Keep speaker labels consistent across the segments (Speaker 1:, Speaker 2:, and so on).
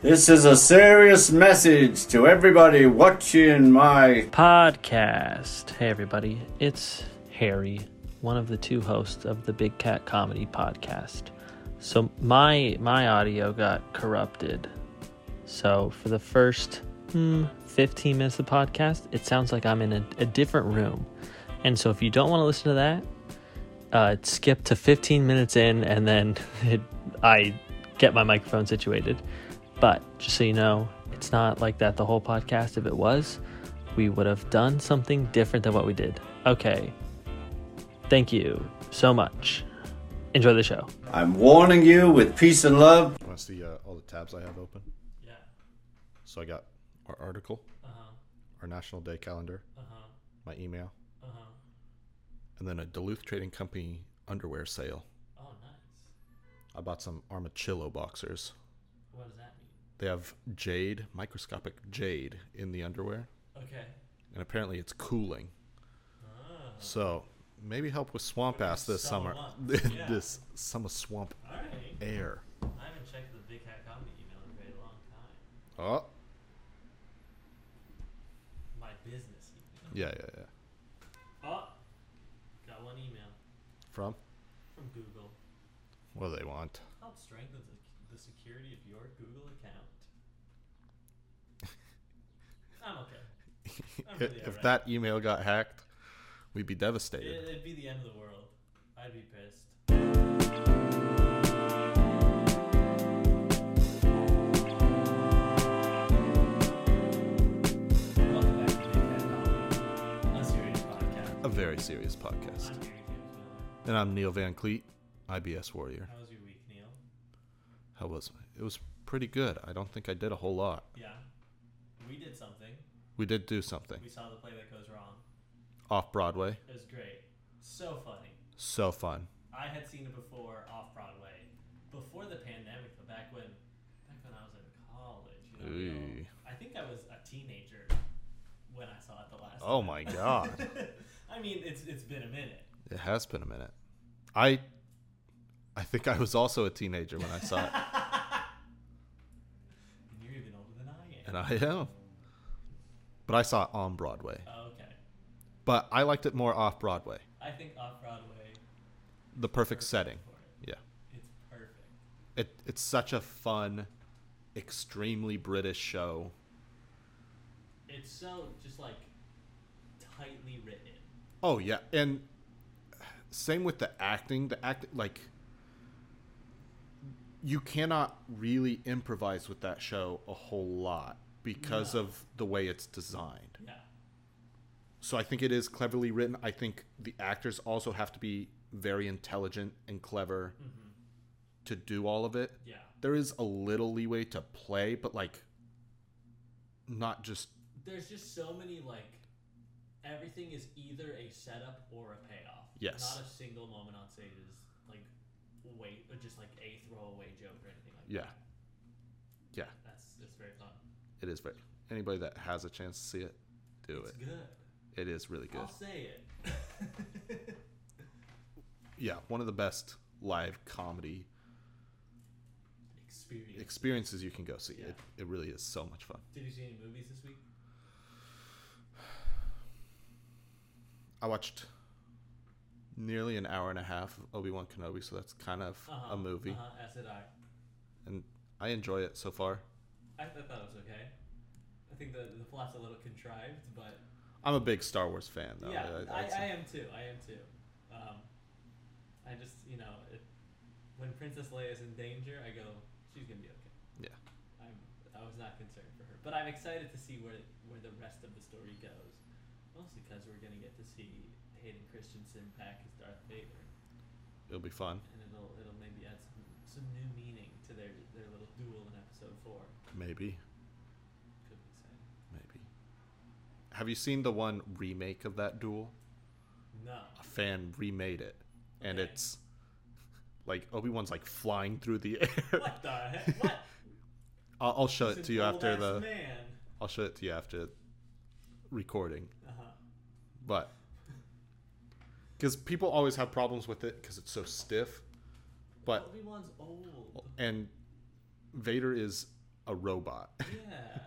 Speaker 1: This is a serious message to everybody watching my.
Speaker 2: podcast. Hey, everybody, it's Harry, one of the two hosts of the Big Cat Comedy Podcast. So my my audio got corrupted. So for the first hmm, 15 minutes of the podcast, it sounds like I'm in a, a different room. And so if you don't want to listen to that, uh, skip to 15 minutes in, and then it, I get my microphone situated. But just so you know, it's not like that the whole podcast. If it was, we would have done something different than what we did. Okay. Thank you so much. Enjoy the show.
Speaker 1: I'm warning you with peace and love.
Speaker 3: Want to see uh, all the tabs I have open?
Speaker 2: Yeah.
Speaker 3: So I got our article, our National Day calendar, my email, and then a Duluth Trading Company underwear sale.
Speaker 2: Oh, nice.
Speaker 3: I bought some Armachillo boxers.
Speaker 2: What does that mean?
Speaker 3: They have jade, microscopic jade, in the underwear,
Speaker 2: Okay.
Speaker 3: and apparently it's cooling. So maybe help with swamp ass this
Speaker 2: summer
Speaker 3: summer.
Speaker 2: months, yeah.
Speaker 3: this summer swamp
Speaker 2: All right.
Speaker 3: air.
Speaker 2: I haven't checked the Big Cat Comedy email in a very long time.
Speaker 3: Oh,
Speaker 2: My business email.
Speaker 3: yeah, yeah, yeah.
Speaker 2: Oh, got one email
Speaker 3: From
Speaker 2: from Google.
Speaker 3: what do they want?
Speaker 2: Help strengthen the, the security of your Google account. I'm okay. I'm really
Speaker 3: if
Speaker 2: alright.
Speaker 3: that email got hacked, we'd be devastated.
Speaker 2: It, it'd be the end of the world. I'd be pissed. Welcome back to Big Cat Comedy, a serious podcast.
Speaker 3: A very serious podcast.
Speaker 2: I'm Gary James Miller.
Speaker 3: And I'm Neil Van Cleet, IBS Warrior.
Speaker 2: How was your week, Neil?
Speaker 3: How was it? Was pretty good. I don't think I did a whole lot.
Speaker 2: Yeah. We did something.
Speaker 3: We did do something
Speaker 2: We saw the play that goes wrong.
Speaker 3: off Broadway.
Speaker 2: It was great. So funny.
Speaker 3: So fun.
Speaker 2: I had seen it before off Broadway, before the pandemic, but back when, back when I was in college. You know,
Speaker 3: Ooh.
Speaker 2: I think I was a teenager when I saw it the last.
Speaker 3: Oh
Speaker 2: time.
Speaker 3: my god,
Speaker 2: I mean, it's it's been a minute.
Speaker 3: it has been a minute. I, I think I was also a teenager when I saw it,
Speaker 2: And you're even older than I am.
Speaker 3: and I am. But I saw it on Broadway.
Speaker 2: Oh, okay.
Speaker 3: But I liked it more off Broadway.
Speaker 2: I think off Broadway
Speaker 3: The perfect setting.
Speaker 2: for it.
Speaker 3: Yeah.
Speaker 2: It's perfect.
Speaker 3: it it's such a fun, extremely British show.
Speaker 2: It's so just like tightly written.
Speaker 3: Oh yeah, and same with the acting. The act like you cannot really improvise with that show a whole lot because
Speaker 2: No.
Speaker 3: of the way it's designed.
Speaker 2: Yeah.
Speaker 3: So I think it is cleverly written. I think the actors also have to be very intelligent and clever to do all of it.
Speaker 2: Yeah.
Speaker 3: There is a little leeway to play, but like not just
Speaker 2: there's just so many like everything is either a setup or a payoff.
Speaker 3: Yes.
Speaker 2: Not a single moment on stage is like wait or just like a throwaway joke or anything like
Speaker 3: yeah.
Speaker 2: that.
Speaker 3: Yeah.
Speaker 2: That's it's very fun.
Speaker 3: It is very. Anybody that has a chance to see it, do
Speaker 2: It's
Speaker 3: it.
Speaker 2: good.
Speaker 3: It is really good.
Speaker 2: I'll say it.
Speaker 3: Yeah, one of the best live comedy
Speaker 2: Experience.
Speaker 3: experiences you can go see. It,
Speaker 2: Yeah.
Speaker 3: it really is so much fun.
Speaker 2: Did you see any movies this week?
Speaker 3: I watched nearly an hour and a half of Obi Wan Kenobi, so that's kind of
Speaker 2: Uh-huh,
Speaker 3: a movie,
Speaker 2: Uh-huh, as did I.
Speaker 3: and I enjoy it so far.
Speaker 2: I. I thought it was okay. I think the the plot's a little contrived, but
Speaker 3: I'm a big Star Wars fan, though.
Speaker 2: yeah,
Speaker 3: I-
Speaker 2: I,
Speaker 3: it's-
Speaker 2: I am too. I am too. Um, I just, you know, it, when Princess Leia is in danger, I go, she's gonna be okay.
Speaker 3: yeah.
Speaker 2: I'm, I was not concerned for her, but I'm excited to see where where the rest of the story goes. Mostly because we're gonna get to see Hayden Christensen back as Darth Vader,
Speaker 3: It'll be fun.
Speaker 2: and it'll it'll maybe add some, some new meaning to their their little duel in Episode Four.
Speaker 3: Maybe.
Speaker 2: Could be exciting.
Speaker 3: Maybe. Have you seen the one remake of that duel?
Speaker 2: No.
Speaker 3: a fan remade it, and
Speaker 2: Okay.
Speaker 3: it's like Obi Wan's like flying through the air.
Speaker 2: What the heck? What?
Speaker 3: I'll, I'll show
Speaker 2: He's
Speaker 3: it
Speaker 2: an
Speaker 3: to you after
Speaker 2: old-ass
Speaker 3: the.
Speaker 2: man.
Speaker 3: I'll show it to you after recording,
Speaker 2: Uh-huh.
Speaker 3: but because people always have problems with it because it's so stiff, but
Speaker 2: Obi Wan's old.
Speaker 3: and Vader is a robot.
Speaker 2: Yeah.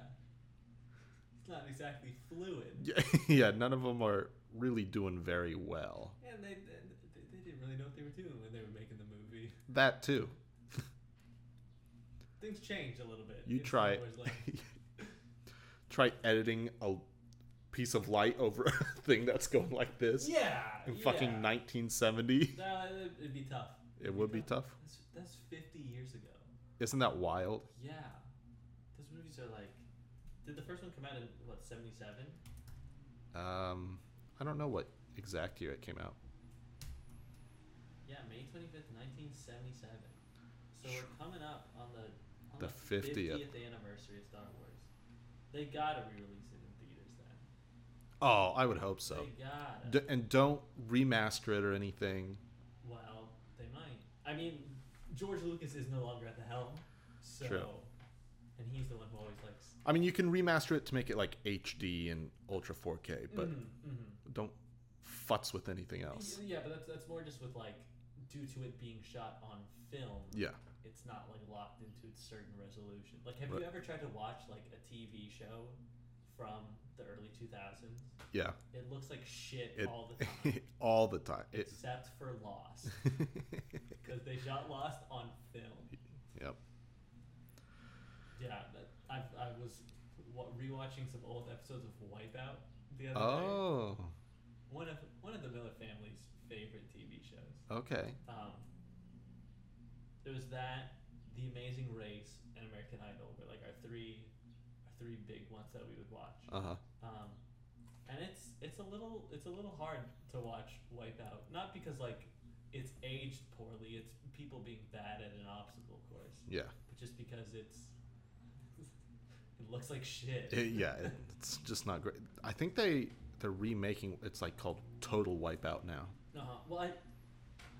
Speaker 2: It's not exactly fluid.
Speaker 3: Yeah, yeah, none of them are really doing very well.
Speaker 2: And they, they, they didn't really know what they were doing when they were making the movie.
Speaker 3: That too.
Speaker 2: Things changed a little bit.
Speaker 3: You
Speaker 2: It's
Speaker 3: try
Speaker 2: always like-
Speaker 3: try editing a piece of light over a thing that's going like this
Speaker 2: yeah.
Speaker 3: in
Speaker 2: yeah.
Speaker 3: fucking 1970.
Speaker 2: No, it'd, it'd be tough.
Speaker 3: It would be tough.
Speaker 2: That's, that's 50 years ago.
Speaker 3: Isn't that wild?
Speaker 2: Yeah. Those movies are like. Did the first one come out in, what, 77?
Speaker 3: Um, I don't know what exact year it came out.
Speaker 2: Yeah, May 25th, 1977. So we're coming up on the, on
Speaker 3: The 50th.
Speaker 2: 50th anniversary of Star Wars. They gotta re release it in theaters then.
Speaker 3: Oh, I would hope so.
Speaker 2: They gotta.
Speaker 3: D- and don't remaster it or anything.
Speaker 2: Well, they might. I mean, George Lucas is no longer at the helm, so
Speaker 3: True.
Speaker 2: and he's the one who always likes.
Speaker 3: I mean, you can remaster it to make it like HD and Ultra 4K, but
Speaker 2: mm-hmm.
Speaker 3: don't futz with anything else.
Speaker 2: yeah, but that's that's more just with like due to it being shot on film,
Speaker 3: Yeah.
Speaker 2: it's not like locked into a certain resolution. Like, have
Speaker 3: Right.
Speaker 2: you ever tried to watch like a TV show from the early two thousands?
Speaker 3: Yeah.
Speaker 2: It looks like shit
Speaker 3: It,
Speaker 2: all the time,
Speaker 3: all the time. It,
Speaker 2: except for Lost, because they shot Lost on film.
Speaker 3: yep.
Speaker 2: Yeah, that- I've, I was wa- rewatching some old episodes of Wipeout the other day.
Speaker 3: Oh,
Speaker 2: One of one of the Miller family's favorite TV shows.
Speaker 3: okay.
Speaker 2: Um, there was that, The Amazing Race, and American Idol were like our three, our three big ones that we would watch.
Speaker 3: Uh huh.
Speaker 2: Um, and it's it's a little it's a little hard to watch Wipeout, not because like it's aged poorly, it's people being bad at an obstacle course
Speaker 3: Yeah.
Speaker 2: but just because it's it looks like shit.
Speaker 3: It- Uh, yeah. It, it's just not great. I think they they're remaking. It's like called Total Wipeout now.
Speaker 2: uh Well, I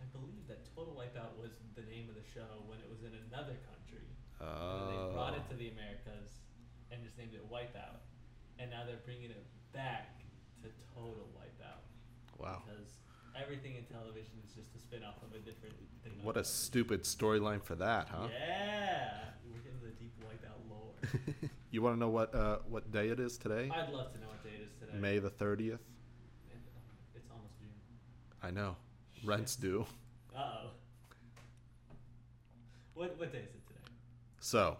Speaker 2: I believe that Total Wipeout was the name of the show when it was in another country. And then They brought
Speaker 3: Oh.
Speaker 2: it to the Americas and just named it Wipeout, and now they're bringing it back to Total Wipeout
Speaker 3: Oh, Wow.
Speaker 2: because everything in television is just a spin off of a different thing. on
Speaker 3: What a
Speaker 2: television.
Speaker 3: stupid storyline for that, huh?
Speaker 2: Yeah, we're getting the deep Wipeout lore.
Speaker 3: you want to know what uh, what day it is today?
Speaker 2: I'd love to know what day it is today.
Speaker 3: May the thirtieth.
Speaker 2: It's almost June.
Speaker 3: I know. Rents due.
Speaker 2: Uh oh. What what day is it today?
Speaker 3: So,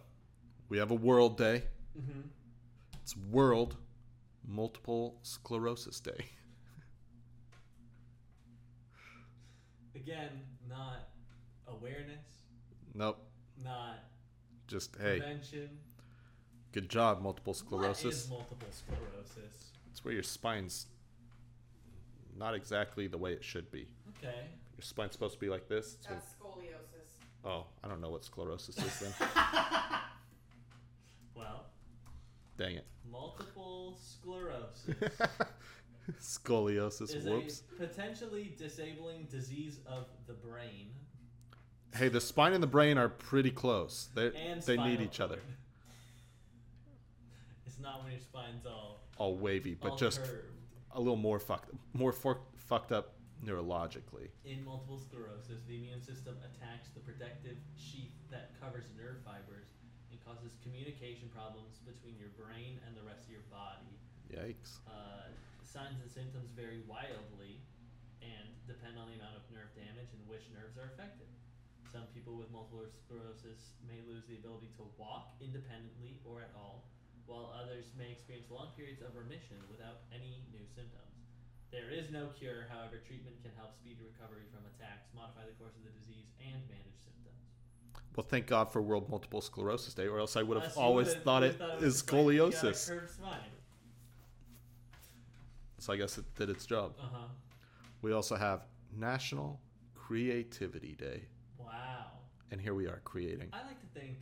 Speaker 3: we have a World Day.
Speaker 2: Mm-hmm.
Speaker 3: It's World Multiple Sclerosis Day.
Speaker 2: Again, not awareness,
Speaker 3: Nope.
Speaker 2: not
Speaker 3: Just hey,
Speaker 2: prevention.
Speaker 3: good job, multiple
Speaker 2: What
Speaker 3: sclerosis.
Speaker 2: is multiple sclerosis?
Speaker 3: It's where your spine's not exactly the way it should be.
Speaker 2: Okay.
Speaker 3: Your spine's supposed to be like this. It's when-
Speaker 4: That's scoliosis.
Speaker 3: oh, I don't know what sclerosis is then.
Speaker 2: Well,
Speaker 3: Dang it.
Speaker 2: multiple sclerosis
Speaker 3: Scoliosis.
Speaker 2: is
Speaker 3: whoops.
Speaker 2: a potentially disabling disease of the brain
Speaker 3: Hey, the spine and the brain are pretty close. They
Speaker 2: and
Speaker 3: they need
Speaker 2: spinal
Speaker 3: each other.
Speaker 2: cord. It's not when your spine's all,
Speaker 3: All wavy, but
Speaker 2: all
Speaker 3: just
Speaker 2: curved.
Speaker 3: a little more fucked, more for- fucked up neurologically.
Speaker 2: In multiple sclerosis, the immune system attacks the protective sheath that covers nerve fibers and causes communication problems between your brain and the rest of your body.
Speaker 3: Yikes.
Speaker 2: Uh, signs and symptoms vary wildly and depend on the amount of nerve damage and which nerves are affected. Some people with multiple sclerosis may lose the ability to walk independently or at all, while others may experience long periods of remission without any new symptoms. There is no cure, however, treatment can help speed recovery from attacks, modify the course of the disease, and manage symptoms.
Speaker 3: Well, thank God for World Multiple Sclerosis Day, or else I would have
Speaker 2: Unless you
Speaker 3: always
Speaker 2: would've-
Speaker 3: thought
Speaker 2: you
Speaker 3: it
Speaker 2: thought was
Speaker 3: is
Speaker 2: just like, you got a
Speaker 3: scoliosis.
Speaker 2: curved spine.
Speaker 3: so I guess it did its job.
Speaker 2: Uh-huh.
Speaker 3: We also have National Creativity Day,
Speaker 2: Wow.
Speaker 3: and here we are creating.
Speaker 2: I like to think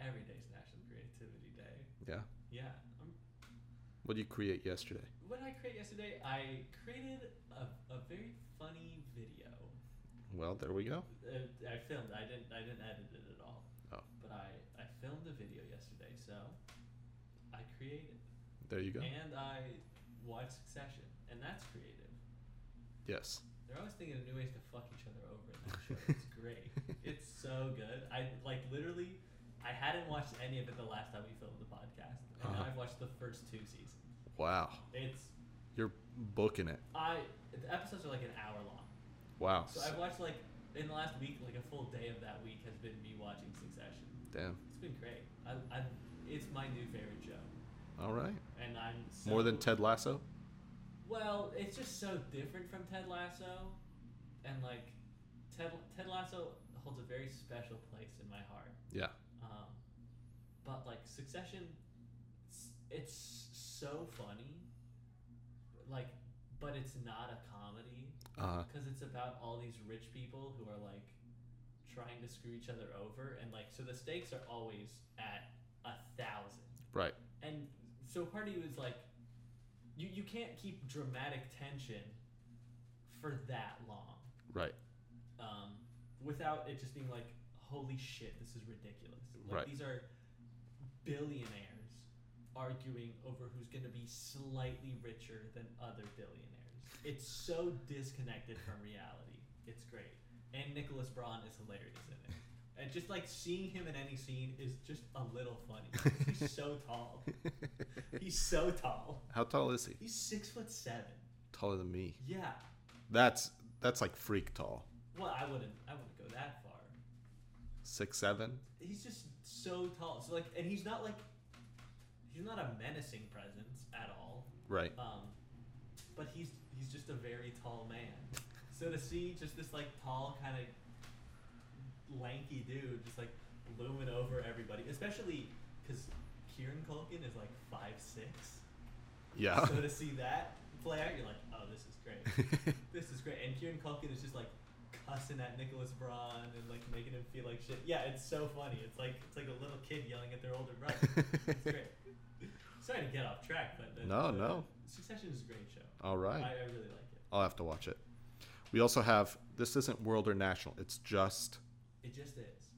Speaker 2: every day's National Creativity Day.
Speaker 3: Yeah.
Speaker 2: Yeah. Um
Speaker 3: What did you create yesterday?
Speaker 2: what I created yesterday, I created a, a very funny video.
Speaker 3: Well, there we go.
Speaker 2: Uh, I filmed. I didn't. I didn't edit it at all.
Speaker 3: Oh.
Speaker 2: But I I filmed a video yesterday, so I created
Speaker 3: There you go.
Speaker 2: and I watched Succession, and that's creative.
Speaker 3: Yes.
Speaker 2: They're always thinking of new ways to fuck each other over in that show. It's great. It's so good. I like literally I hadn't watched any of it the last time we filmed the podcast, and now
Speaker 3: Uh-huh.
Speaker 2: I've watched the first two seasons.
Speaker 3: Wow.
Speaker 2: It's
Speaker 3: You're booking it.
Speaker 2: I the episodes are like an hour long,
Speaker 3: Wow.
Speaker 2: so I've watched like in the last week, like a full day of that week has been me watching Succession.
Speaker 3: Damn.
Speaker 2: It's been great. I, I it's my new favorite show,
Speaker 3: All right.
Speaker 2: and I'm so,
Speaker 3: More than Ted Lasso?
Speaker 2: Well, it's just so different from Ted Lasso, and like Ted Ted Lasso holds a very special place in my heart.
Speaker 3: Yeah.
Speaker 2: Um, but like Succession, it's, it's so funny. Like, but it's not a comedy
Speaker 3: Uh,
Speaker 2: because it's about all these rich people who are like trying to screw each other over, and like so the stakes are always at a thousand.
Speaker 3: right.
Speaker 2: And so Hardy was like, you you can't keep dramatic tension for that long
Speaker 3: Right.
Speaker 2: um, without it just being like, holy shit, this is ridiculous. Like,
Speaker 3: Right.
Speaker 2: These are billionaires arguing over who's going to be slightly richer than other billionaires. It's so disconnected from reality. It's great. And Nicholas Braun is hilarious in it. And just like seeing him in any scene is just a little funny. He's so tall. He's so tall.
Speaker 3: How tall is he?
Speaker 2: He's six foot seven.
Speaker 3: Taller than me.
Speaker 2: Yeah.
Speaker 3: That's that's like freak tall.
Speaker 2: Well, I wouldn't. I wouldn't go that far.
Speaker 3: Six seven.
Speaker 2: he's just so tall. So like, and he's not like, he's not a menacing presence at all.
Speaker 3: Right.
Speaker 2: Um, but he's he's just a very tall man. So to see just this like tall kind of lanky dude just like looming over everybody, especially because Kieran Culkin is like five six.
Speaker 3: Yeah.
Speaker 2: So to see that play out, you're like, oh, this is great. This is great. And Kieran Culkin is just like cussing at Nicholas Braun and like making him feel like shit. Yeah, it's so funny. It's like it's like a little kid yelling at their older brother. It's great. Sorry to get off track, but the,
Speaker 3: No,
Speaker 2: the-
Speaker 3: no.
Speaker 2: Succession is a great show.
Speaker 3: All right.
Speaker 2: I, I really like it.
Speaker 3: I'll have to watch it. We also have this isn't world or national. It's just
Speaker 2: It just is.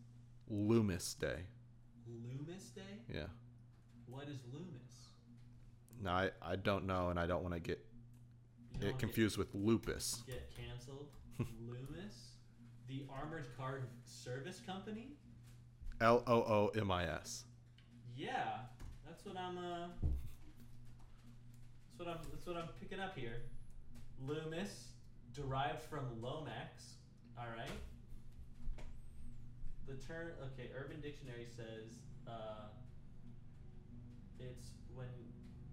Speaker 3: Loomis Day.
Speaker 2: Loomis Day.
Speaker 3: Yeah.
Speaker 2: What is Loomis?
Speaker 3: No, I, I don't know, and I don't want to get
Speaker 2: You
Speaker 3: it
Speaker 2: don't
Speaker 3: confused with lupus.
Speaker 2: Get, get canceled. Loomis, the armored car service company.
Speaker 3: L O O M I S.
Speaker 2: Yeah, that's what I'm. Uh, that's what I'm. That's what I'm picking up here. Loomis, derived from Lomax. All right. The term. Okay, Urban Dictionary says uh, it's when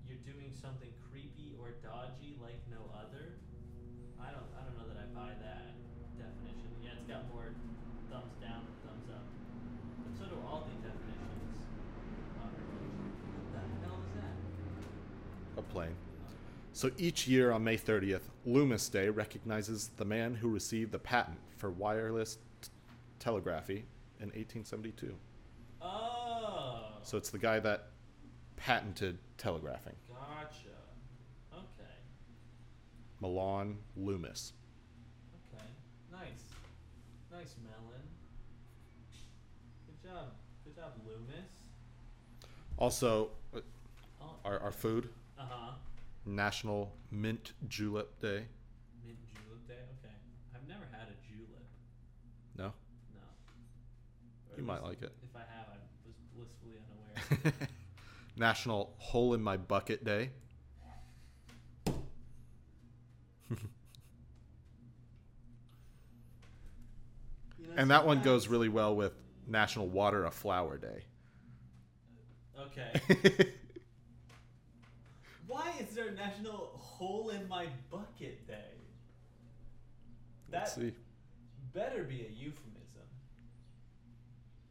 Speaker 2: you're doing something creepy or dodgy like no other. I don't. I don't know that I buy that definition. Yeah, it's got more thumbs down than thumbs up. But so do all the definitions. What the hell is that?
Speaker 3: A plane. So each year on May 30th, Loomis Day recognizes the man who received the patent for wireless t- telegraphy in 1872.
Speaker 2: Oh,
Speaker 3: So it's the guy that patented telegraphing.
Speaker 2: gotcha. Okay,
Speaker 3: Milan Loomis.
Speaker 2: okay, nice, nice melon. Good job, good job, Loomis.
Speaker 3: Also, uh,
Speaker 2: Oh,
Speaker 3: our, our food,
Speaker 2: uh huh.
Speaker 3: National Mint Julep Day.
Speaker 2: Mint julep day. Okay, I've never had a julep.
Speaker 3: No?
Speaker 2: No. Or at
Speaker 3: You might
Speaker 2: least
Speaker 3: like it.
Speaker 2: If I have, I was blissfully unaware.
Speaker 3: National Hole in My Bucket Day.
Speaker 2: You know,
Speaker 3: And that one
Speaker 2: sometimes-
Speaker 3: goes really well with National Water a Flower Day.
Speaker 2: Okay. Why is there National Hole in My Bucket Day?
Speaker 3: Let's
Speaker 2: That
Speaker 3: see.
Speaker 2: better be a euphemism.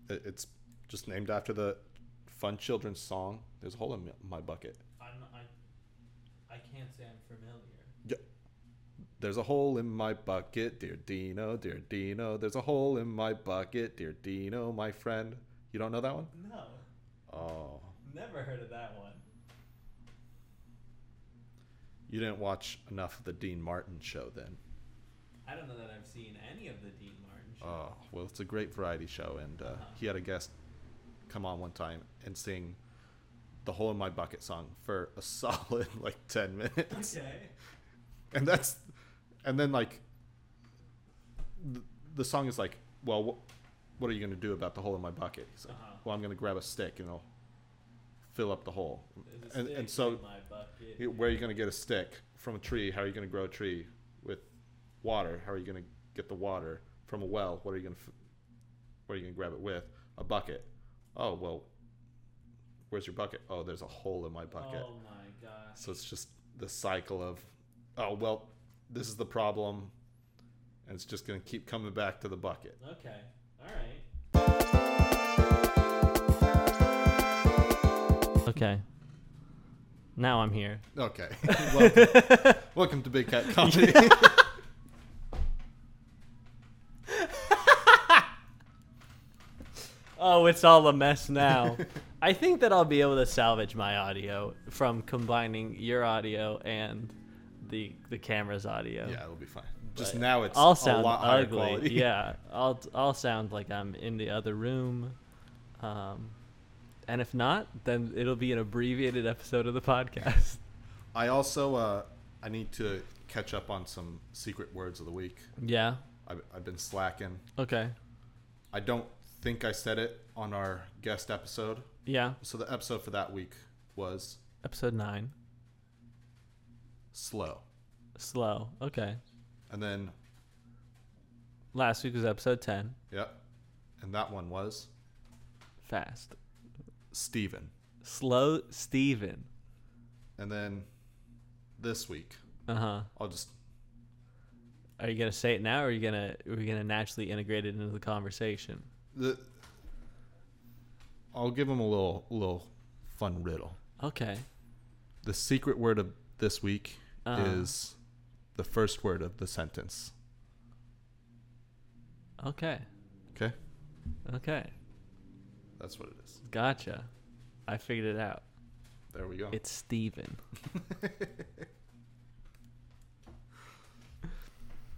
Speaker 3: It- It's just named after the fun children's song. There's a hole in my bucket.
Speaker 2: I'm I, I can't say I'm familiar.
Speaker 3: Yeah. There's a hole in my bucket, dear Dino, dear Dino. There's a hole in my bucket, dear Dino, my friend. You don't know that one?
Speaker 2: No,
Speaker 3: Oh.
Speaker 2: never heard of that one.
Speaker 3: You didn't watch enough of the Dean Martin show then.
Speaker 2: I don't know that I've seen any of the Dean Martin shows.
Speaker 3: Oh, well, it's a great variety show, and uh, he had a guest come on one time and sing the "Hole in My Bucket" song for a solid like ten minutes,
Speaker 2: okay.
Speaker 3: and that's, and then like, the, the song is like, well, wh- what are you going to do about the hole in my bucket? He's like,
Speaker 5: Uh-huh.
Speaker 3: well, I'm going to grab a stick and I'll fill up the hole.
Speaker 5: There's a
Speaker 3: And,
Speaker 5: stick
Speaker 3: and so,
Speaker 5: in my bucket.
Speaker 3: you- where are you going to get a stick from a tree? How are you going to grow a tree with water? How are you going to get the water from a well? What are you going to, f- where are you going to grab it with? A bucket. Oh well, where's your bucket? Oh, there's a hole in my bucket.
Speaker 5: Oh my gosh.
Speaker 3: So it's just the cycle of, oh well, this is the problem, and it's just going to keep coming back to the bucket.
Speaker 5: Okay. All right.
Speaker 2: Okay. Now I'm here.
Speaker 3: Okay, welcome, welcome to Big Cat Comedy.
Speaker 2: Oh, it's all a mess now. I think that I'll be able to salvage my audio from combining your audio and the the camera's audio.
Speaker 3: yeah, it'll be fine. Just now it's
Speaker 2: I'll
Speaker 3: a
Speaker 2: sound
Speaker 3: lot higher
Speaker 2: ugly.
Speaker 3: quality.
Speaker 2: Yeah, I'll I'll sound like I'm in the other room. Um, and if not, then it'll be an abbreviated episode of the podcast.
Speaker 3: I also uh, I need to catch up on some secret words of the week.
Speaker 2: yeah.
Speaker 3: I've, I've been slacking.
Speaker 2: Okay.
Speaker 3: I don't think I said it on our guest episode.
Speaker 2: Yeah.
Speaker 3: So the episode for that week was
Speaker 2: Episode nine.
Speaker 3: slow,
Speaker 2: Slow. Okay.
Speaker 3: and then
Speaker 2: Last week was episode ten.
Speaker 3: yep, and that one was
Speaker 2: Fast.
Speaker 3: Steven.
Speaker 2: Slow Steven.
Speaker 3: and then this week
Speaker 2: Uh huh.
Speaker 3: I'll just
Speaker 2: Are you gonna say it now, or are you gonna are we gonna naturally integrate it into the conversation?
Speaker 3: the I'll give him a little little fun riddle.
Speaker 2: Okay.
Speaker 3: The secret word of this week
Speaker 2: Uh-huh.
Speaker 3: is the first word of the sentence.
Speaker 2: Okay.
Speaker 3: Okay,
Speaker 2: Okay.
Speaker 3: that's what it is.
Speaker 2: Gotcha. I figured it out.
Speaker 3: There we go.
Speaker 2: It's Steven.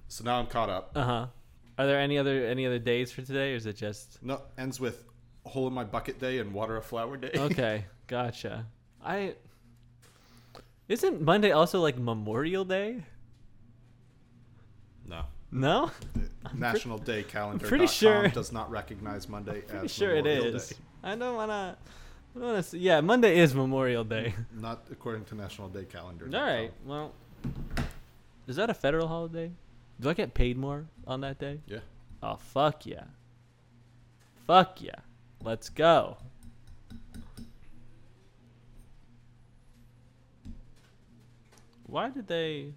Speaker 3: so now I'm caught up.
Speaker 2: Uh huh. Are there any other any other days for today, or is it just
Speaker 3: No, ends with hole in my bucket day and water a flower day.
Speaker 2: okay? gotcha. I isn't Monday also like Memorial Day?
Speaker 3: no,
Speaker 2: No,
Speaker 3: the National Day Calendar.
Speaker 2: pretty sure-
Speaker 3: does not recognize Monday
Speaker 2: pretty
Speaker 3: as
Speaker 2: sure it
Speaker 3: Memorial
Speaker 2: is.
Speaker 3: Day.
Speaker 2: I don't wanna. I don't wanna. See. Yeah, Monday is Memorial Day.
Speaker 3: Not according to National Day Calendar.
Speaker 2: All right. Well, is that a federal holiday? Do I get paid more on that day?
Speaker 3: Yeah.
Speaker 2: Oh fuck yeah. Fuck yeah. Let's go. Why did they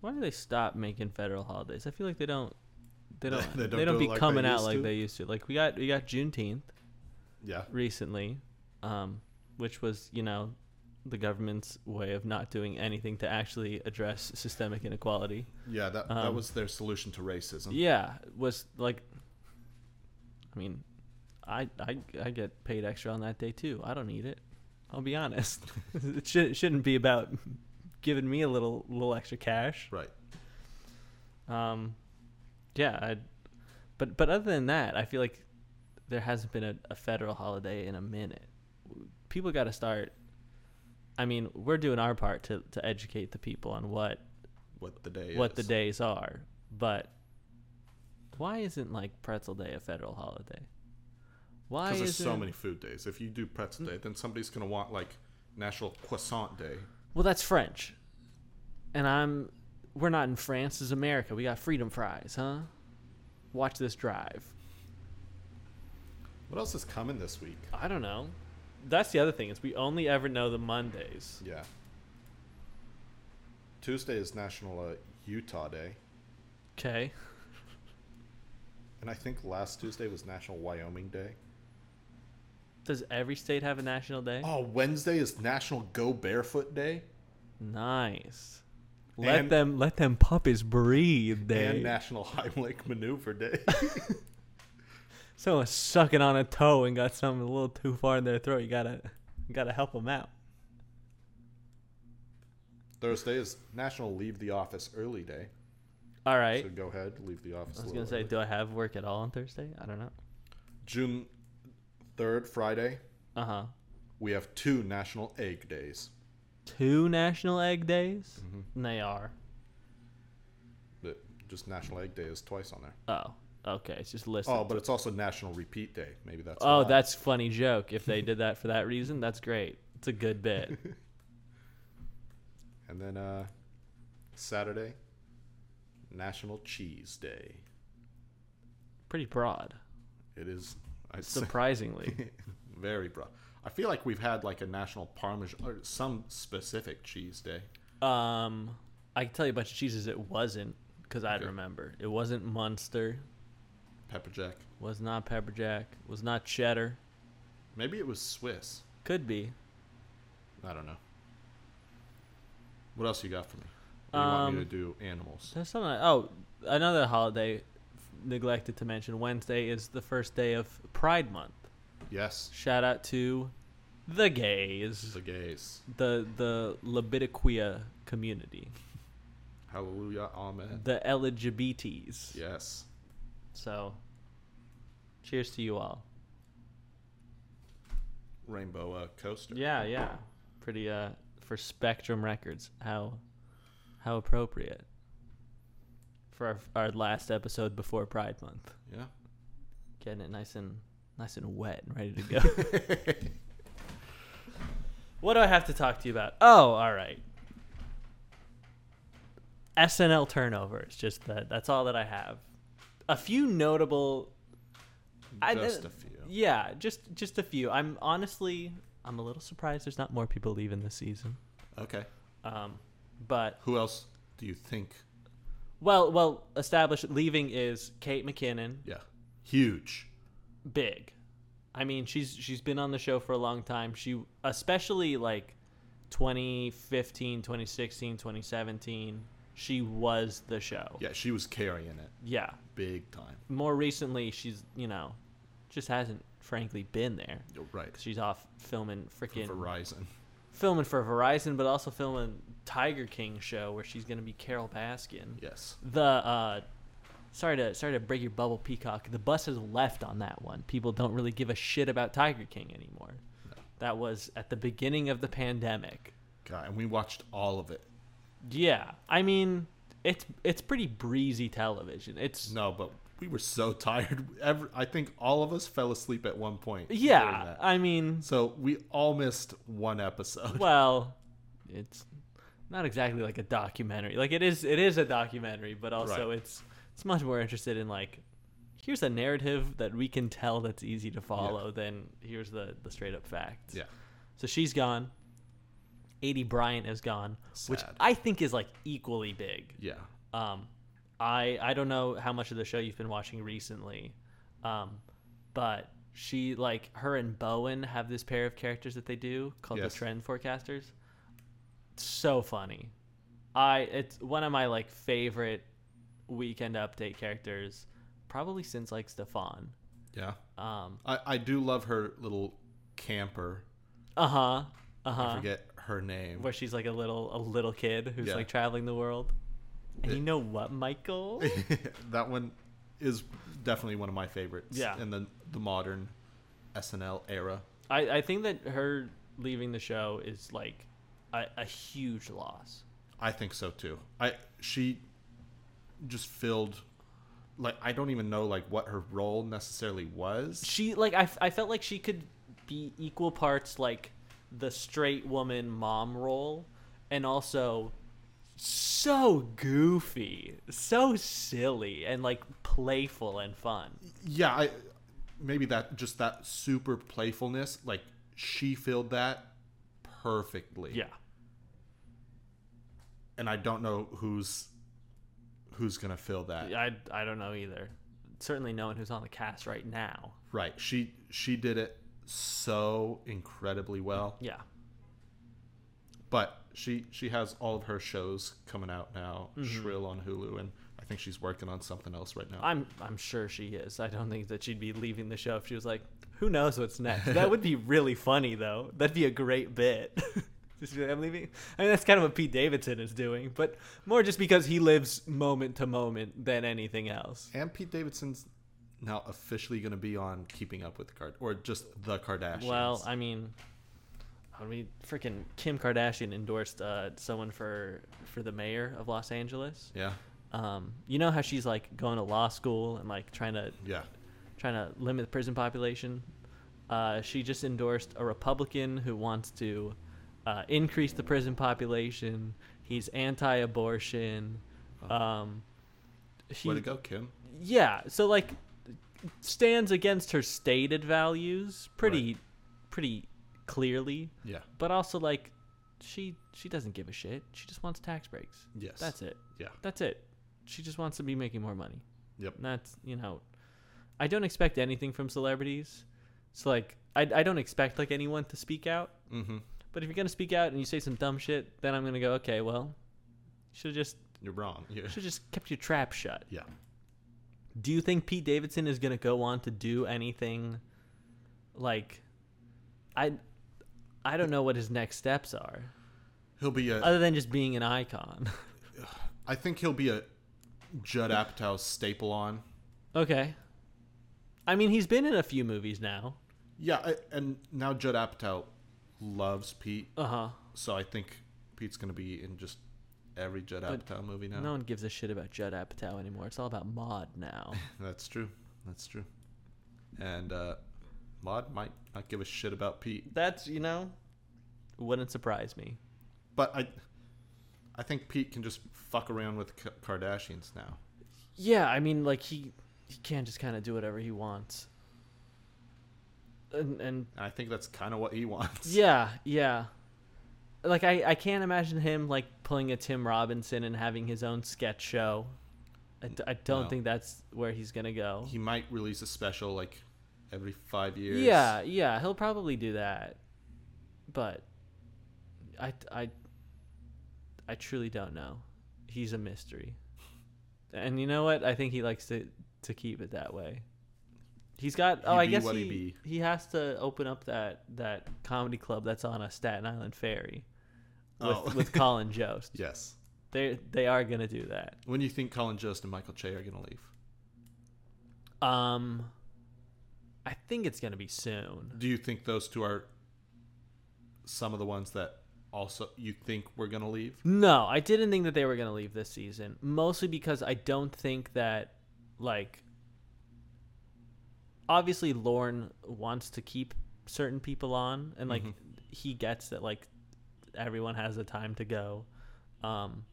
Speaker 2: why did they stop making federal holidays? I feel like they don't they don't
Speaker 3: They
Speaker 2: they don't,
Speaker 3: don't do it
Speaker 2: be
Speaker 3: like they
Speaker 2: coming out
Speaker 3: used
Speaker 2: like
Speaker 3: to?
Speaker 2: they used to. Like we got we got Juneteenth
Speaker 3: Yeah.
Speaker 2: recently, um, which was, you know, the government's way of not doing anything to actually address systemic inequality.
Speaker 3: Yeah, that, that
Speaker 2: Um,
Speaker 3: was their solution to racism.
Speaker 2: Yeah, was like, I mean, I, I I get paid extra on that day too. I don't need it. I'll be honest. it should, shouldn't be about giving me a little little extra cash.
Speaker 3: Right.
Speaker 2: Um, yeah, I. But but other than that, I feel like there hasn't been a, a federal holiday in a minute. People got to start. I mean, we're doing our part to to educate the people on what
Speaker 3: What the day
Speaker 2: what
Speaker 3: is.
Speaker 2: the days are, but why isn't like Pretzel Day a federal holiday? Why is
Speaker 3: Because
Speaker 2: Mm.
Speaker 3: there's so many food days. If you do pretzel day, then somebody's going to want, like, National Croissant Day.
Speaker 2: Well, that's French, and I'm. We're not in France. This is America. We got freedom fries, huh? Watch this drive.
Speaker 3: What else is coming this week?
Speaker 2: I don't know. That's the other thing is we only ever know the Mondays.
Speaker 3: Yeah. Tuesday is National uh, Utah Day.
Speaker 2: Okay.
Speaker 3: And I think last Tuesday was National Wyoming Day.
Speaker 2: Does every state have a national day?
Speaker 3: Oh, Wednesday is National Go Barefoot Day.
Speaker 2: Nice. Let
Speaker 3: And-
Speaker 2: them let them puppies breathe. Day.
Speaker 3: And National Heimlich Maneuver Day.
Speaker 2: Someone's sucking on a toe and got something a little too far in their throat. You gotta, you gotta help them out.
Speaker 3: Thursday is National Leave the Office Early Day.
Speaker 2: All right.
Speaker 3: So go ahead, leave the office.
Speaker 2: I was
Speaker 3: a
Speaker 2: gonna
Speaker 3: little
Speaker 2: say,
Speaker 3: early.
Speaker 2: do I have work at all on Thursday? I don't know.
Speaker 3: June 3rd, Friday,
Speaker 2: Uh huh.
Speaker 3: we have two National Egg Days.
Speaker 2: Two National Egg Days.
Speaker 3: Mm-hmm.
Speaker 2: They are.
Speaker 3: But just National Egg Day is twice on there.
Speaker 2: Oh, Okay, it's just listed.
Speaker 3: Oh, but it's also National Repeat Day. Maybe that's.
Speaker 2: Oh,
Speaker 3: why.
Speaker 2: that's funny joke. If they did that for that reason, that's great. It's a good bit.
Speaker 3: And then uh, Saturday, National Cheese Day.
Speaker 2: Pretty broad,
Speaker 3: It is. I say-
Speaker 2: surprisingly.
Speaker 3: very broad. I feel like we've had like a National Parmesan or some specific cheese day.
Speaker 2: um, I can tell you a bunch of cheeses it wasn't because I'd
Speaker 3: Okay.
Speaker 2: remember. It wasn't Munster.
Speaker 3: Pepper Jack.
Speaker 2: Was not pepper jack. Was not cheddar.
Speaker 3: Maybe it was Swiss.
Speaker 2: Could be.
Speaker 3: I don't know. What else you got for me? Or you want me
Speaker 2: Um,
Speaker 3: to do animals?
Speaker 2: There's something. Oh, another holiday f- neglected to mention. Wednesday is the first day of Pride Month.
Speaker 3: Yes.
Speaker 2: Shout out to the gays,
Speaker 3: The gays.
Speaker 2: the the Labitiquia community,
Speaker 3: Hallelujah. Amen.
Speaker 2: the LGBTs.
Speaker 3: Yes.
Speaker 2: So, cheers to you all.
Speaker 3: Rainbow uh, coaster.
Speaker 2: Yeah, yeah. Pretty uh for Spectrum Records. How how appropriate for our, our last episode before Pride Month.
Speaker 3: Yeah.
Speaker 2: Getting it nice and nice and wet and ready to go. what do I have to talk to you about? Oh, all right. SNL turnover. It's just that. That's all that I have. A few notable I-
Speaker 3: Just
Speaker 2: uh,
Speaker 3: a few.
Speaker 2: Yeah, just just a few. I'm honestly I'm a little surprised there's not more people leaving this season.
Speaker 3: Okay.
Speaker 2: Um, but
Speaker 3: Who else do you think?
Speaker 2: well, well, established leaving is Kate McKinnon,
Speaker 3: Yeah. Huge.
Speaker 2: big. I mean, she's she's been on the show for a long time. She especially like 2015, 2016, 2017, she was the show.
Speaker 3: Yeah, she was carrying it
Speaker 2: yeah.
Speaker 3: big time.
Speaker 2: More recently, she's, you know, just hasn't frankly been there.
Speaker 3: You're right.
Speaker 2: She's off filming
Speaker 3: From
Speaker 2: freaking
Speaker 3: Verizon.
Speaker 2: filming for Verizon, but also filming Tiger King show where she's gonna be Carol Baskin.
Speaker 3: Yes.
Speaker 2: The uh, sorry to sorry to break your bubble, Peacock. The bus has left on that one. People don't really give a shit about Tiger King anymore. That was at the beginning of the pandemic.
Speaker 3: God, and we watched all of it.
Speaker 2: Yeah, I mean it's it's pretty breezy television. It's
Speaker 3: No, but we were so tired. Every, I think all of us fell asleep at one point. during
Speaker 2: yeah.
Speaker 3: that.
Speaker 2: I mean,
Speaker 3: so we all missed one episode.
Speaker 2: well, it's not exactly like a documentary. Like it is, it is a documentary, but also
Speaker 3: Right.
Speaker 2: it's it's much more interested in like here's a narrative that we can tell that's easy to follow than here's the the straight up facts.
Speaker 3: Yeah.
Speaker 2: So she's gone. 80 Bryant is gone, which
Speaker 3: Sad.
Speaker 2: I think is like equally big.
Speaker 3: Yeah.
Speaker 2: Um, I I don't know how much of the show you've been watching recently, um, but she like her and Bowen have this pair of characters that they do called
Speaker 3: Yes.
Speaker 2: the Trend Forecasters. So funny. I it's one of my like favorite weekend update characters, probably since like Stefan.
Speaker 3: Yeah.
Speaker 2: Um,
Speaker 3: I, I do love her little camper.
Speaker 2: uh
Speaker 3: Uh-huh.
Speaker 2: huh, uh
Speaker 3: I
Speaker 2: huh.
Speaker 3: forget her name.
Speaker 2: Where she's like a little a little kid who's
Speaker 3: Yeah.
Speaker 2: like traveling the world. And
Speaker 3: It-
Speaker 2: you know what, Michael?
Speaker 3: that one is definitely one of my favorites.
Speaker 2: Yeah.
Speaker 3: In the the modern SNL era.
Speaker 2: I, I think that her leaving the show is like a, a huge loss.
Speaker 3: I think so too. I she just filled like I don't even know like what her role necessarily was.
Speaker 2: She like I, f- I felt like she could be equal parts like the straight woman mom role and also so goofy, so silly and like playful and fun.
Speaker 3: Yeah, I maybe that just that super playfulness like she filled that perfectly.
Speaker 2: Yeah.
Speaker 3: And I don't know who's who's going to fill that.
Speaker 2: I I don't know either. Certainly no one who's on the cast right now.
Speaker 3: Right. She she did it so incredibly well.
Speaker 2: Yeah.
Speaker 3: But she she has all of her shows coming out now,
Speaker 2: Mm-hmm.
Speaker 3: Shrill on Hulu and I think she's working on something else right now.
Speaker 2: I'm I'm sure she is. I don't think that she'd be leaving the show if she was like, who knows what's next. That would be really funny though. That'd be a great bit. just be like, I'm leaving. I mean, that's kind of what Pete Davidson is doing, but more just because he lives moment to moment than anything else.
Speaker 3: And Pete Davidson's now officially going to be on Keeping Up with the Card or just the Kardashians.
Speaker 2: Well, I mean, I mean, freaking Kim Kardashian endorsed uh, someone for for the mayor of Los Angeles.
Speaker 3: yeah,
Speaker 2: Um, you know how she's like going to law school and like trying to
Speaker 3: Yeah.
Speaker 2: trying to limit the prison population. Uh, she just endorsed a Republican who wants to uh, increase the prison population. He's anti-abortion. Um, she,
Speaker 3: Oh. Way to go, Kim.
Speaker 2: yeah, so like stands against her stated values pretty, pretty clearly,
Speaker 3: Yeah.
Speaker 2: but also like she she doesn't give a shit. She just wants tax breaks.
Speaker 3: Yes.
Speaker 2: That's it.
Speaker 3: Yeah.
Speaker 2: That's it. She just wants to be making more money.
Speaker 3: Yep.
Speaker 2: And that's you know, I don't expect anything from celebrities. So like, I I don't expect like anyone to speak out.
Speaker 3: Mm-hmm.
Speaker 2: But if you're gonna speak out and you say some dumb shit, then I'm gonna go, okay, well, should just
Speaker 3: You're wrong. You're,
Speaker 2: should just kept your trap shut.
Speaker 3: yeah.
Speaker 2: Do you think Pete Davidson is gonna go on to do anything? Like, I I don't know what his next steps are,
Speaker 3: He'll be a.
Speaker 2: other than just being an icon.
Speaker 3: I think he'll be a Judd Apatow staple on.
Speaker 2: okay. I mean, he's been in a few movies now.
Speaker 3: Yeah, I, and now Judd Apatow loves Pete,
Speaker 2: Uh huh.
Speaker 3: so I think Pete's gonna be in just every Judd
Speaker 2: But
Speaker 3: Apatow movie now.
Speaker 2: No one gives a shit about Judd Apatow anymore. It's all about Maud now.
Speaker 3: That's true. That's true. And uh, Maud might not give a shit about Pete,
Speaker 2: That's you know, wouldn't surprise me.
Speaker 3: but I, I think Pete can just fuck around with K- Kardashians now.
Speaker 2: Yeah, I mean, like he he can just kind of do whatever he wants. And and
Speaker 3: And I think that's kind of what he wants.
Speaker 2: yeah, yeah. Like I I can't imagine him like pulling a Tim Robinson and having his own sketch show. I, d- I don't
Speaker 3: No.
Speaker 2: think that's where he's gonna go.
Speaker 3: He might release a special like every five years.
Speaker 2: Yeah, yeah, he'll probably do that. But I I I truly don't know. He's a mystery. And you know what? I think he likes to to keep it that way. He's got oh,
Speaker 3: He
Speaker 2: I
Speaker 3: be
Speaker 2: guess
Speaker 3: what
Speaker 2: he,
Speaker 3: he
Speaker 2: he,
Speaker 3: be.
Speaker 2: has to open up that that comedy club that's on a Staten Island ferry with
Speaker 3: Oh.
Speaker 2: with Colin Jost.
Speaker 3: Yes.
Speaker 2: They they are going to do that.
Speaker 3: When do you think Colin Jost and Michael Che are gonna leave?
Speaker 2: Um I think it's going to be soon.
Speaker 3: Do you think those two are some of the ones that also you think we're gonna leave?
Speaker 2: No, I didn't think that they were going to leave this season, mostly because I don't think that, like, obviously Lorne wants to keep certain people on, and, like, he gets that, like, everyone has a time to go. Um,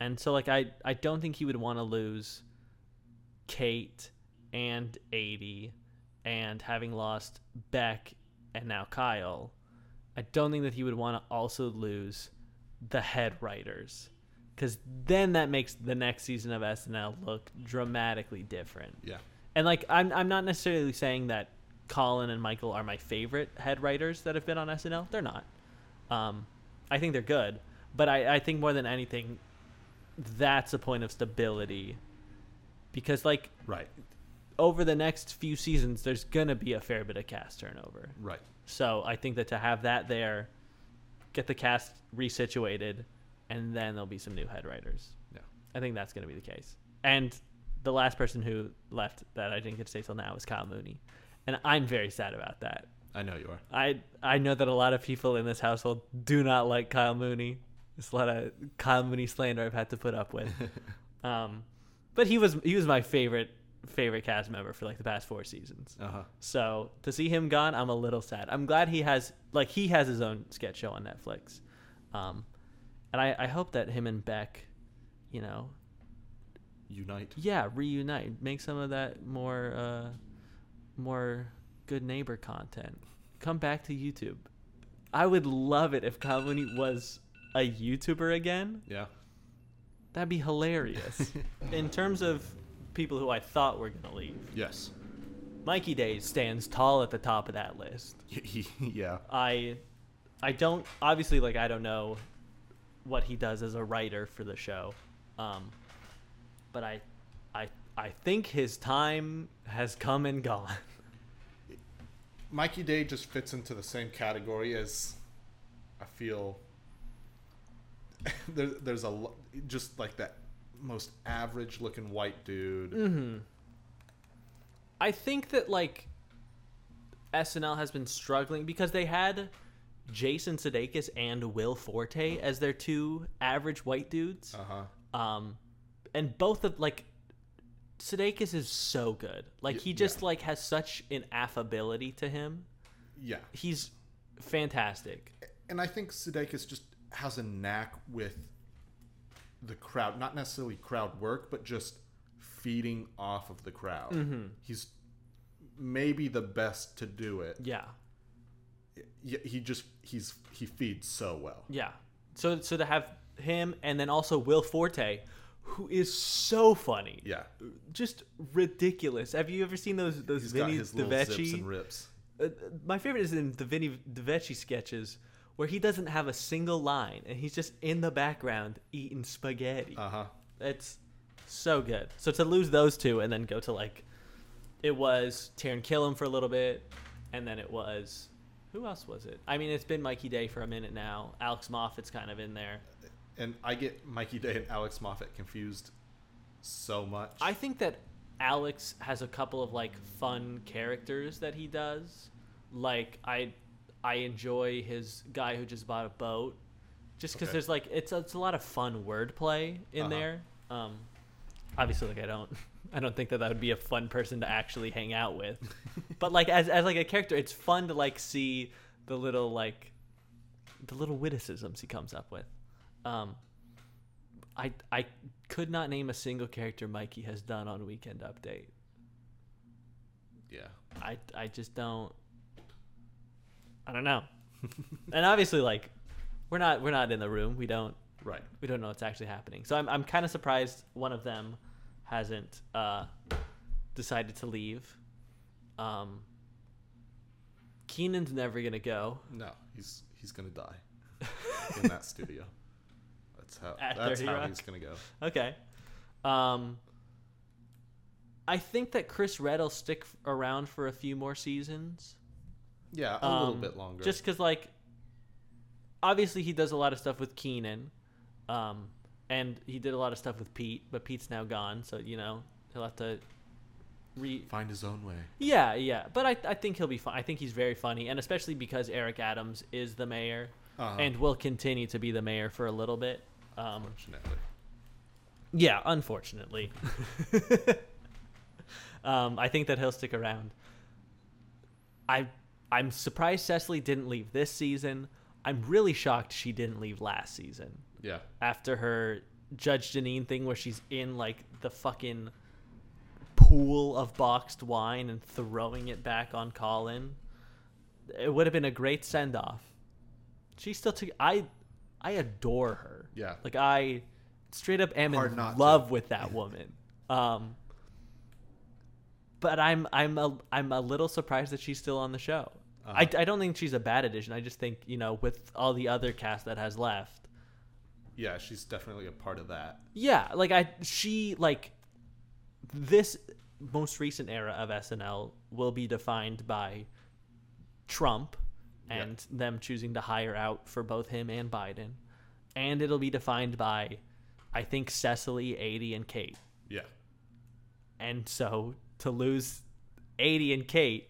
Speaker 2: and so, like, I, I don't think he would want to lose Kate and 80 and having lost Beck and now Kyle. I don't think that he would want to also lose the head writers because then that makes the next season of SNL look dramatically different.
Speaker 3: Yeah.
Speaker 2: And like, I'm I'm not necessarily saying that Colin and Michael are my favorite head writers that have been on SNL. They're not. Um, I think they're good, but I I think more than anything, that's a point of stability because like
Speaker 3: Right.
Speaker 2: over the next few seasons, there's gonna be a fair bit of cast turnover.
Speaker 3: Right.
Speaker 2: So I think that to have that there, get the cast resituated, and then there'll be some new head writers.
Speaker 3: Yeah.
Speaker 2: I think that's going to be the case. And the last person who left that I didn't get to say till now is Kyle Mooney, and I'm very sad about that.
Speaker 3: I know you are.
Speaker 2: I I know that a lot of people in this household do not like Kyle Mooney. There's a lot of Kyle Mooney slander I've had to put up with. um, but he was he was my favorite favorite cast member for like the past four seasons.
Speaker 3: Uh huh.
Speaker 2: So to see him gone, I'm a little sad. I'm glad he has like he has his own sketch show on Netflix, um, and I, I hope that him and Beck, you know,
Speaker 3: Unite.
Speaker 2: yeah, reunite, make some of that more uh, more good neighbor content. Come back to YouTube. I would love it if Kamuni was a YouTuber again.
Speaker 3: Yeah.
Speaker 2: That'd be hilarious. In terms of people who I thought were gonna leave,
Speaker 3: Yes.
Speaker 2: Mikey Days stands tall at the top of that list.
Speaker 3: yeah.
Speaker 2: I I don't obviously like I don't know what he does as a writer for the show. Um but I I I think his time has come and gone.
Speaker 3: Mikey Day just fits into the same category as I feel. there, there's a lo- just like that most average looking white dude.
Speaker 2: I think that like SNL has been struggling because they had Jason Sudeikis and Will Forte as their two average white dudes.
Speaker 3: Uh huh.
Speaker 2: Um, and both of like Sudeikis is so good. Like
Speaker 3: Y-
Speaker 2: he just
Speaker 3: yeah.
Speaker 2: like has such an affability to him.
Speaker 3: Yeah,
Speaker 2: He's fantastic.
Speaker 3: and I think Sudeikis just has a knack with the crowd, not necessarily crowd work, but just feeding off of the crowd.
Speaker 2: Mm-hmm.
Speaker 3: He's maybe the best to do it.
Speaker 2: Yeah.
Speaker 3: Yeah, he just he's he feeds so well.
Speaker 2: Yeah. So so to have him and then also Will Forte, who is so funny.
Speaker 3: Yeah,
Speaker 2: Just ridiculous. Have you ever seen those those
Speaker 3: he's got
Speaker 2: Vinny
Speaker 3: his little zips
Speaker 2: DiVecci?
Speaker 3: and rips.
Speaker 2: Uh, my favorite is in the Vinny DiVecci sketches where he doesn't have a single line and he's just in the background eating spaghetti.
Speaker 3: Uh huh.
Speaker 2: It's so good. So to lose those two and then go to like, it was Taron Killam for a little bit, and then it was, who else was it? I mean, it's been Mikey Day for a minute now. Alex Moffat's kind of in there.
Speaker 3: And I get Mikey Day and Alex Moffat confused so much.
Speaker 2: I think that Alex has a couple of like fun characters that he does. Like I, I enjoy his guy who just bought a boat, just because
Speaker 3: Okay.
Speaker 2: there's like it's it's a lot of fun wordplay in
Speaker 3: Uh-huh.
Speaker 2: there. Um, obviously, like I don't, I don't think that that would be a fun person to actually hang out with. but like as as like a character, it's fun to like see the little like, the little witticisms he comes up with. Um, I I could not name a single character Mikey has done on Weekend Update.
Speaker 3: yeah.
Speaker 2: I I just don't. I don't know. and obviously, like, we're not we're not in the room. We don't
Speaker 3: Right.
Speaker 2: we don't know what's actually happening. So I'm I'm kind of surprised one of them hasn't uh, decided to leave. Um, Keenan's never gonna go.
Speaker 3: No, he's he's gonna die in that studio. That's how
Speaker 2: At
Speaker 3: that's
Speaker 2: 30
Speaker 3: how
Speaker 2: Rock?
Speaker 3: he's gonna go.
Speaker 2: Okay. Um, I think that Chris Red will stick around for a few more seasons.
Speaker 3: Yeah, a little
Speaker 2: Um,
Speaker 3: bit longer.
Speaker 2: Just because, like, obviously he does a lot of stuff with Keenan, um, and he did a lot of stuff with Pete, but Pete's now gone, so you know he'll have to re.
Speaker 3: find his own way.
Speaker 2: Yeah, yeah, but I, I think he'll be fine. I think he's very funny, and especially because Eric Adams is the mayor,
Speaker 3: Uh-huh.
Speaker 2: and will continue to be the mayor for a little bit. Um,
Speaker 3: Unfortunately,
Speaker 2: yeah, unfortunately. um, I think that he'll stick around. I I'm surprised Cecily didn't leave this season. I'm really shocked she didn't leave last season
Speaker 3: yeah,
Speaker 2: after her Judge Janine thing where she's in like the fucking pool of boxed wine and throwing it back on Colin. It would have been a great send off. She still took I I adore her.
Speaker 3: Yeah.
Speaker 2: Like I straight up am
Speaker 3: Hard
Speaker 2: in
Speaker 3: not to.
Speaker 2: love with that woman. Um but I'm I'm a I'm a little surprised that she's still on the show. I,
Speaker 3: Uh-huh.
Speaker 2: I don't think she's a bad addition. I just think you know with all the other cast that has left,
Speaker 3: yeah. She's definitely a part of that.
Speaker 2: yeah, like I she like this most recent era of SNL will be defined by Trump
Speaker 3: Yeah.
Speaker 2: and them choosing to hire out for both him and Biden. And it'll be defined by I think Cecily, 80 and Kate.
Speaker 3: Yeah,
Speaker 2: And so to lose 80 and Kate,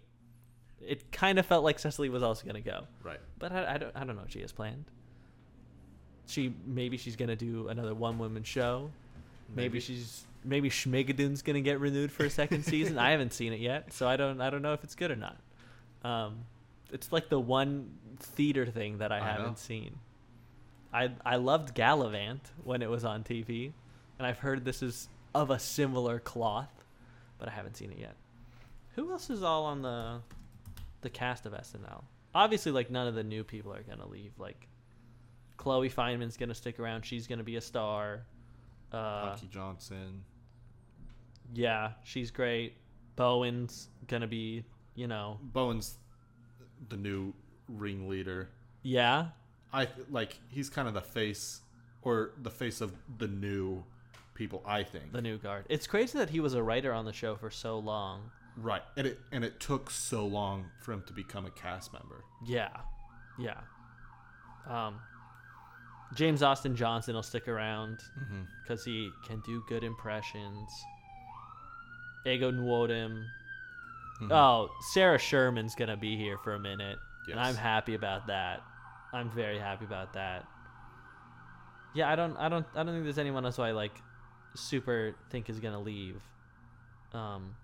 Speaker 2: it kind of felt like Cecily was also going to go.
Speaker 3: right.
Speaker 2: But I, I don't I don't know what she has planned. She maybe she's gonna do another one woman show. Maybe,
Speaker 3: Maybe.
Speaker 2: she's maybe Schmigadoon's gonna get renewed for a second season. I haven't seen it yet, so I don't I don't know if it's good or not. Um, it's like the one theater thing that I,
Speaker 3: I know.
Speaker 2: haven't seen. I I loved Gallivant when it was on TV, and I've heard this is of a similar cloth, but I haven't seen it yet. Who else is all on the the cast of SNL? Obviously, like none of the new people are gonna leave. Like Chloe Feynman's gonna stick around. She's gonna be a star. Uh,
Speaker 3: Rocky Johnson.
Speaker 2: yeah, she's great. Bowen's gonna be, you know,
Speaker 3: Bowen's the new ringleader.
Speaker 2: yeah,
Speaker 3: I like he's kind of the face or the face of the new people. I think
Speaker 2: the new guard. It's crazy that he was a writer on the show for so long.
Speaker 3: right, and it and it took so long for him to become a cast member.
Speaker 2: Yeah, yeah. Um, James Austin Johnson will stick around
Speaker 3: Mm-hmm.
Speaker 2: because he can do good impressions. Ego Nwodem. Oh, Sarah Sherman's gonna be here for a minute, and I'm
Speaker 3: Yes.
Speaker 2: happy about that. I'm very happy about that. Yeah, I don't, I don't, I don't think there's anyone else who I like super think is gonna leave. Um,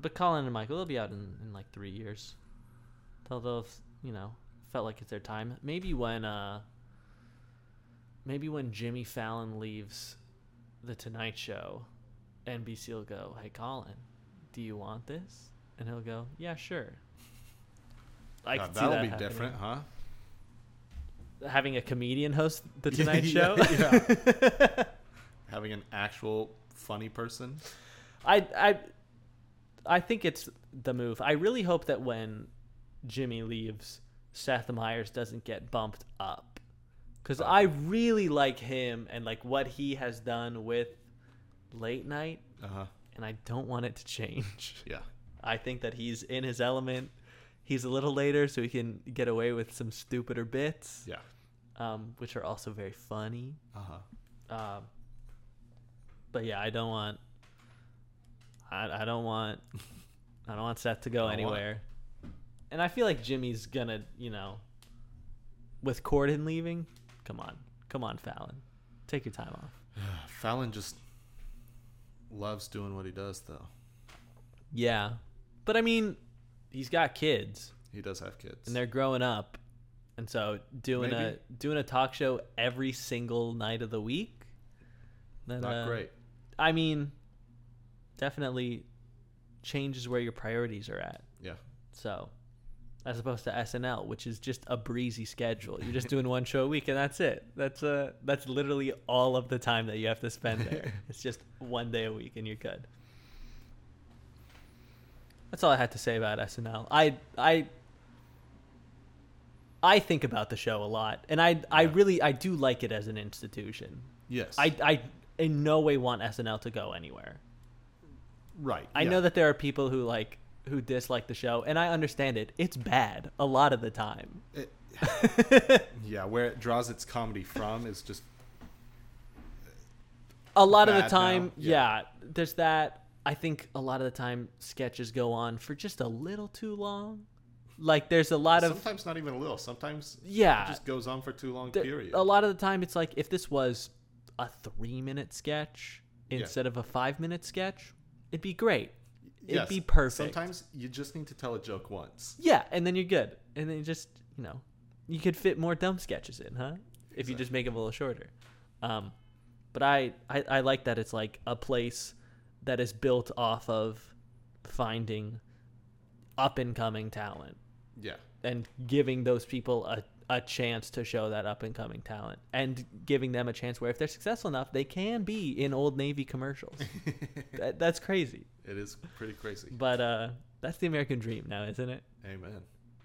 Speaker 2: but Colin and Michael, they'll be out in, in like three years. They'll, they'll, have, you know, felt like it's their time. Maybe when, uh, maybe when Jimmy Fallon leaves the Tonight Show, NBC will go, "Hey, Colin, do you want this?" And he'll go, "Yeah, sure." I
Speaker 3: God,
Speaker 2: could see
Speaker 3: that'll
Speaker 2: that
Speaker 3: be
Speaker 2: happening.
Speaker 3: different, huh?
Speaker 2: Having a comedian host the
Speaker 3: Yeah,
Speaker 2: Tonight
Speaker 3: yeah,
Speaker 2: Show.
Speaker 3: yeah. Having an actual funny person.
Speaker 2: I I I think it's the move. I really hope that when Jimmy leaves, Seth Meyers doesn't get bumped up. Cuz I really like him and like what he has done with late night
Speaker 3: Uh huh.
Speaker 2: and I don't want it to change.
Speaker 3: Yeah.
Speaker 2: I think that he's in his element. He's a little later so he can get away with some stupider bits
Speaker 3: Yeah.
Speaker 2: um, which are also very funny.
Speaker 3: Uh huh.
Speaker 2: Um, but yeah, I don't want. I, I don't want. I don't want Seth to go
Speaker 3: Don't want it.
Speaker 2: anywhere. And I feel like Jimmy's gonna, you know, with Corden leaving. Come on, come on, Fallon, take your time off.
Speaker 3: Fallon just loves doing what he does, though.
Speaker 2: Yeah, but I mean, he's got kids
Speaker 3: He does have kids.
Speaker 2: and they're growing up, and so doing
Speaker 3: Maybe.
Speaker 2: a doing a talk show every single night of the week. Then,
Speaker 3: not
Speaker 2: uh,
Speaker 3: great.
Speaker 2: I mean, definitely changes where your priorities are at.
Speaker 3: Yeah.
Speaker 2: So, as opposed to SNL, which is just a breezy schedule, you're just doing one show a week and that's it. That's uh, that's literally all of the time that you have to spend there. it's just one day a week and you're good. That's all I had to say about SNL. I I I think about the show a lot, and I I
Speaker 3: Yeah.
Speaker 2: really I do like it as an institution.
Speaker 3: Yes.
Speaker 2: I, I in no way want SNL to go anywhere.
Speaker 3: right.
Speaker 2: I
Speaker 3: yeah.
Speaker 2: know that there are people who like who dislike the show, and I understand it. It's bad a lot of the time.
Speaker 3: It- yeah, where it draws its comedy from is just
Speaker 2: A lot of the
Speaker 3: Bad now?
Speaker 2: time,
Speaker 3: Yeah.
Speaker 2: yeah. There's that. I think a lot of the time sketches go on for just a little too long. Like there's a lot of
Speaker 3: sometimes not even a little. Sometimes
Speaker 2: yeah.
Speaker 3: it just goes on for too long.
Speaker 2: there-
Speaker 3: period.
Speaker 2: a lot of the time, it's like if this was a three minute sketch instead of a five minute sketch, it'd be great. It'd
Speaker 3: Yes,
Speaker 2: be perfect.
Speaker 3: Sometimes you just need to tell a joke once.
Speaker 2: Yeah, and then you're good. And then you just, you know, you could fit more dumb sketches in, huh? If you just make them a little shorter. Um, but I, I, I like that it's like a place that is built off of finding up and coming talent
Speaker 3: Yeah.
Speaker 2: and giving those people a, a chance to show that up and coming talent and giving them a chance where if they're successful enough, they can be in Old Navy commercials. that, that's crazy.
Speaker 3: It is pretty crazy.
Speaker 2: But uh, that's the American dream now, isn't it?
Speaker 3: Amen.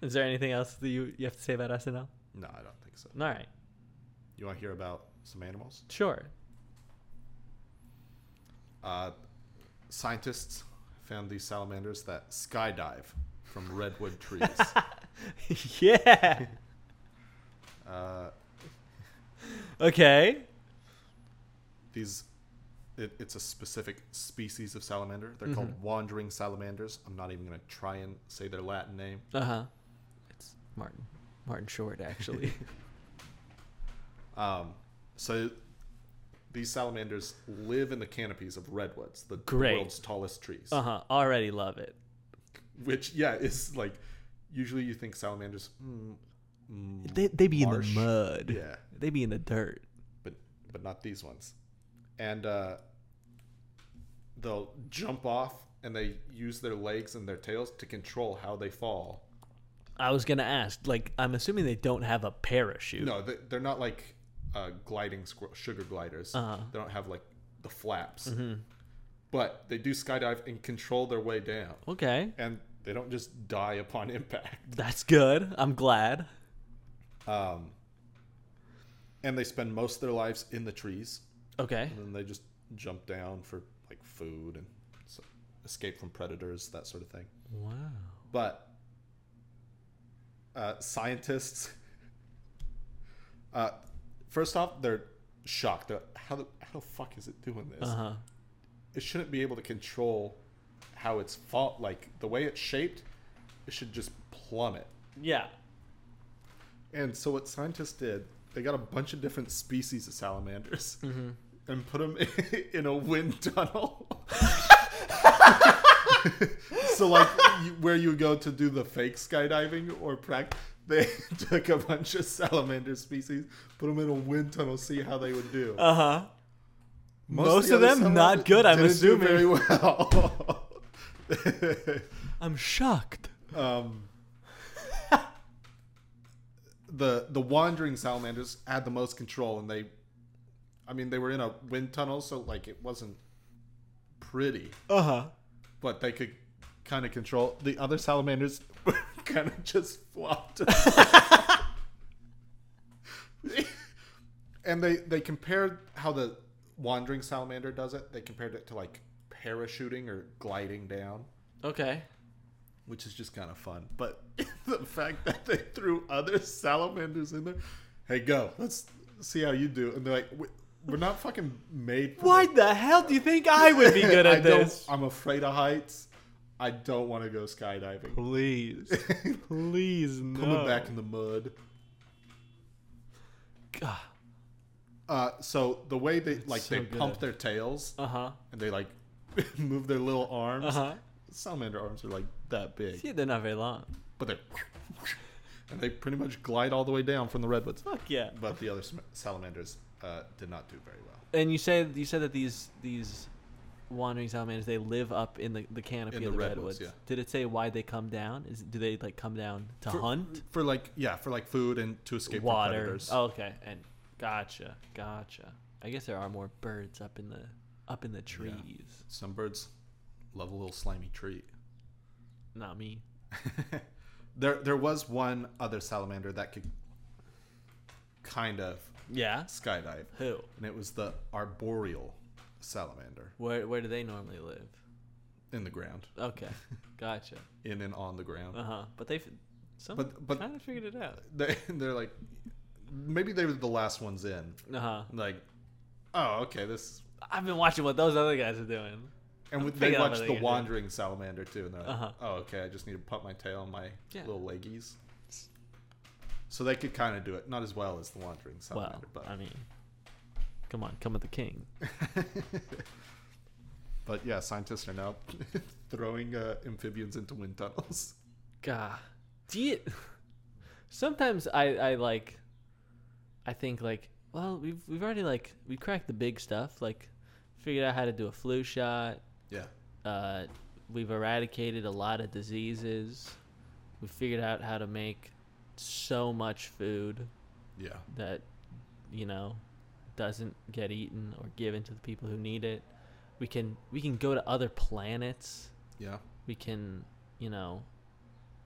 Speaker 2: Is there anything else that you, you have to say about SNL? All
Speaker 3: No, I don't think so.
Speaker 2: right,
Speaker 3: You want to hear about some animals?
Speaker 2: sure.
Speaker 3: Uh, scientists found these salamanders that skydive from redwood trees.
Speaker 2: yeah.
Speaker 3: uh,
Speaker 2: Okay.
Speaker 3: these, it, it's a specific species of salamander. They're called wandering salamanders. I'm not even going to try and say their Latin name.
Speaker 2: Uh huh. It's Martin. Martin Short, actually.
Speaker 3: Um, so these salamanders live in the canopies of redwoods, the
Speaker 2: Great.
Speaker 3: world's tallest trees.
Speaker 2: uh huh. Already love it.
Speaker 3: Which, yeah, is like usually you think salamanders, mm, mm,
Speaker 2: They they be
Speaker 3: Marsh.
Speaker 2: in the mud.
Speaker 3: yeah,
Speaker 2: They be in the dirt.
Speaker 3: but but not these ones. And uh, they'll jump off, and they use their legs and their tails to control how they fall.
Speaker 2: I was gonna ask. Like, I'm assuming they don't have a parachute.
Speaker 3: No, they, they're not like uh, gliding squir- sugar gliders. They don't have like the flaps, but they do skydive and control their way down,
Speaker 2: Okay.
Speaker 3: and they don't just die upon impact.
Speaker 2: That's good. I'm glad.
Speaker 3: Um, and they spend most of their lives in the trees,
Speaker 2: Okay.
Speaker 3: and then they just jump down for like food and so, escape from predators, that sort of thing.
Speaker 2: Wow.
Speaker 3: but uh, scientists uh, first off they're shocked They're like, how the, how the fuck is it doing this
Speaker 2: Uh huh.
Speaker 3: it shouldn't be able to control how it's fault like the way it's shaped it should just plummet
Speaker 2: Yeah. Mm-hmm.
Speaker 3: and so what scientists did they got a bunch of different species of salamanders and put him in a wind tunnel. so like you- where you go to do the fake skydiving or practice, they took a bunch of salamander species, put them in a wind tunnel, see how they would do.
Speaker 2: Uh huh. most
Speaker 3: the
Speaker 2: of
Speaker 3: other
Speaker 2: them not
Speaker 3: salamanders
Speaker 2: good, I'm
Speaker 3: didn't do
Speaker 2: assuming.
Speaker 3: Very well.
Speaker 2: I'm shocked.
Speaker 3: um, the the wandering salamanders had the most control, and they, I mean, they were in a wind tunnel, so like it wasn't pretty,
Speaker 2: Uh
Speaker 3: Uh-huh.
Speaker 2: huh.
Speaker 3: but they could kind of control. The other salamanders kind of just flopped, and they they compared how the wandering salamander does it. They compared it to like parachuting or gliding down
Speaker 2: Okay.
Speaker 3: which is just kind of fun. But the fact that they threw other salamanders in there, hey, go, let's see how you do. And they're like, "We- we're not fucking made. For
Speaker 2: Why
Speaker 3: this."
Speaker 2: the hell do you think I would be good
Speaker 3: I
Speaker 2: at
Speaker 3: don't-
Speaker 2: this?
Speaker 3: I'm afraid of heights. I don't want to go skydiving.
Speaker 2: Please, please no.
Speaker 3: Coming back in the mud.
Speaker 2: Uh
Speaker 3: Uh, so the way they like
Speaker 2: so
Speaker 3: they
Speaker 2: good.
Speaker 3: pump their tails
Speaker 2: huh.
Speaker 3: and they like move their little arms.
Speaker 2: Uh huh.
Speaker 3: Salamander arms are like that big,
Speaker 2: See, they're not very long.
Speaker 3: but they and they pretty much glide all the way down from the redwoods.
Speaker 2: Fuck yeah.
Speaker 3: but the other sm- salamanders uh, did not do very well
Speaker 2: And you said you said that these these wandering salamanders they live up in the, the canopy
Speaker 3: In
Speaker 2: of
Speaker 3: the
Speaker 2: the redwoods.
Speaker 3: redwoods, yeah.
Speaker 2: Did it say why they come down? Is do they like come down to
Speaker 3: For-
Speaker 2: hunt
Speaker 3: for like yeah for like food and to escape from
Speaker 2: water?
Speaker 3: predators.
Speaker 2: Oh, okay, and gotcha, gotcha. I guess there are more birds up in the up in the trees.
Speaker 3: Some birds love a little slimy treat.
Speaker 2: Not me.
Speaker 3: There there was one other salamander that could kind of
Speaker 2: Yeah.
Speaker 3: skydive,
Speaker 2: Who?
Speaker 3: and it was the arboreal salamander
Speaker 2: Where where do they normally live?
Speaker 3: in the ground,
Speaker 2: Okay, gotcha.
Speaker 3: in and on the ground.
Speaker 2: Uh huh. But they, f- some
Speaker 3: But- but-
Speaker 2: kind of figured it out.
Speaker 3: They, they're like maybe they were the last ones in.
Speaker 2: Uh huh.
Speaker 3: Like, oh okay, this
Speaker 2: I've been watching what those other guys are doing.
Speaker 3: And we,
Speaker 2: figure
Speaker 3: they
Speaker 2: out
Speaker 3: watch
Speaker 2: what they
Speaker 3: the
Speaker 2: can do.
Speaker 3: wandering salamander too, and they're like,
Speaker 2: Uh-huh.
Speaker 3: "Oh, okay, I just need to put my tail on my
Speaker 2: Yeah.
Speaker 3: little leggies." So they could kind of do it, not as well as the wandering
Speaker 2: Well,
Speaker 3: salamander,
Speaker 2: I mean, come on, come with the king.
Speaker 3: but but yeah, scientists are now throwing uh, amphibians into wind tunnels.
Speaker 2: God, do you? Sometimes I, I like, I think like, well, we've we've already like we cracked the big stuff, like figured out how to do a flu shot.
Speaker 3: Yeah,
Speaker 2: Uh, we've eradicated a lot of diseases. We figured out how to make so much food
Speaker 3: yeah,
Speaker 2: that you know doesn't get eaten or given to the people who need it. We can we can go to other planets.
Speaker 3: yeah.
Speaker 2: we can you know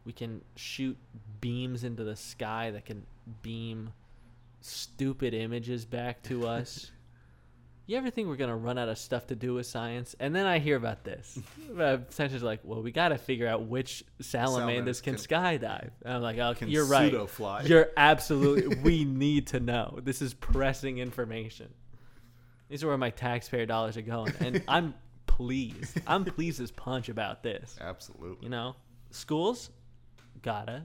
Speaker 2: we can shoot beams into the sky that can beam stupid images back to us you ever think we're gonna run out of stuff to do with science and then i hear about this Uh, scientists are like well we gotta figure out which salamanders
Speaker 3: Salamanders
Speaker 2: can,
Speaker 3: can-
Speaker 2: skydive and i'm like oh
Speaker 3: Can
Speaker 2: you're right
Speaker 3: pseudo fly.
Speaker 2: you're absolutely we need to know this is pressing information these are where my taxpayer dollars are going and i'm pleased i'm pleased as punch about this
Speaker 3: Absolutely.
Speaker 2: you know, schools gotta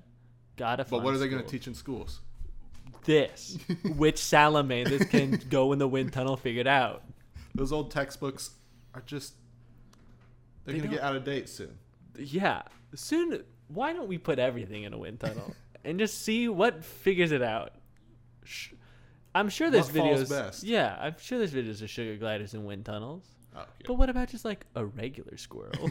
Speaker 2: gotta.
Speaker 3: but what
Speaker 2: fund
Speaker 3: are they going to
Speaker 2: schools.
Speaker 3: teach in schools?
Speaker 2: This, which salamanders can go in the wind tunnel figured out.
Speaker 3: Those old textbooks are just. They're
Speaker 2: They
Speaker 3: going to get out of date soon.
Speaker 2: Yeah, soon. Why don't we put everything in a wind tunnel and just see what figures it out? Sh- I'm sure there's
Speaker 3: What falls
Speaker 2: videos.
Speaker 3: best?
Speaker 2: Yeah, I'm sure there's videos of sugar gliders in wind tunnels.
Speaker 3: Oh, yeah.
Speaker 2: But what about just like a regular squirrel?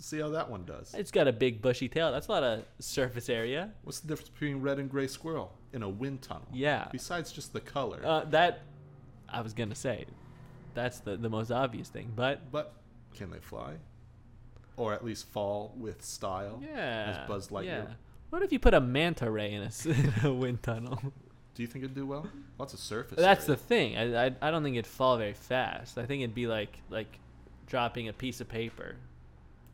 Speaker 3: See how that one does.
Speaker 2: it's got a big bushy tail. That's a lot of surface area.
Speaker 3: What's the difference between red and gray squirrel in a wind tunnel?
Speaker 2: Yeah.
Speaker 3: Besides just the color.
Speaker 2: Uh, that I was gonna say, that's the the most obvious thing. But
Speaker 3: but can they fly? Or at least fall with style?
Speaker 2: yeah,
Speaker 3: As Buzz Lightyear.
Speaker 2: yeah. What if you put a manta ray in a, s- in a wind tunnel?
Speaker 3: Do you think it'd do well? Lots of surface.
Speaker 2: That's the
Speaker 3: area.
Speaker 2: thing. I, I I don't think it'd fall very fast. I think it'd be like like dropping a piece of paper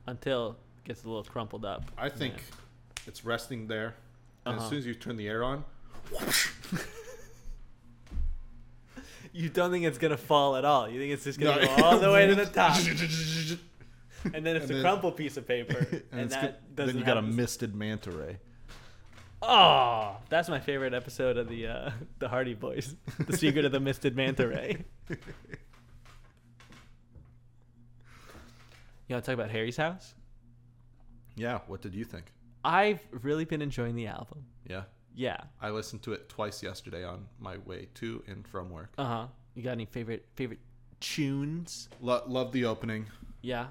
Speaker 2: until it gets a little crumpled up.
Speaker 3: I think
Speaker 2: Yeah.
Speaker 3: it's resting there. And as
Speaker 2: Uh-huh.
Speaker 3: soon as you turn the air on,
Speaker 2: you don't think it's gonna fall at all. You think it's just gonna
Speaker 3: No.
Speaker 2: go all the way to the top, and then it's
Speaker 3: And
Speaker 2: a
Speaker 3: then-
Speaker 2: crumpled piece of paper,
Speaker 3: and,
Speaker 2: and,
Speaker 3: it's
Speaker 2: that
Speaker 3: good-
Speaker 2: doesn't.
Speaker 3: then you got a
Speaker 2: happen.
Speaker 3: misted manta ray.
Speaker 2: Oh, That's my favorite episode of the uh, the Hardy Boys, the secret of the misted manta ray. You want to talk about Harry's house?
Speaker 3: yeah. What did you think?
Speaker 2: I've really been enjoying the album.
Speaker 3: Yeah.
Speaker 2: Yeah.
Speaker 3: I listened to it twice yesterday on my way to and from work.
Speaker 2: Uh huh. You got any favorite favorite tunes?
Speaker 3: Lo- love the opening.
Speaker 2: Yeah.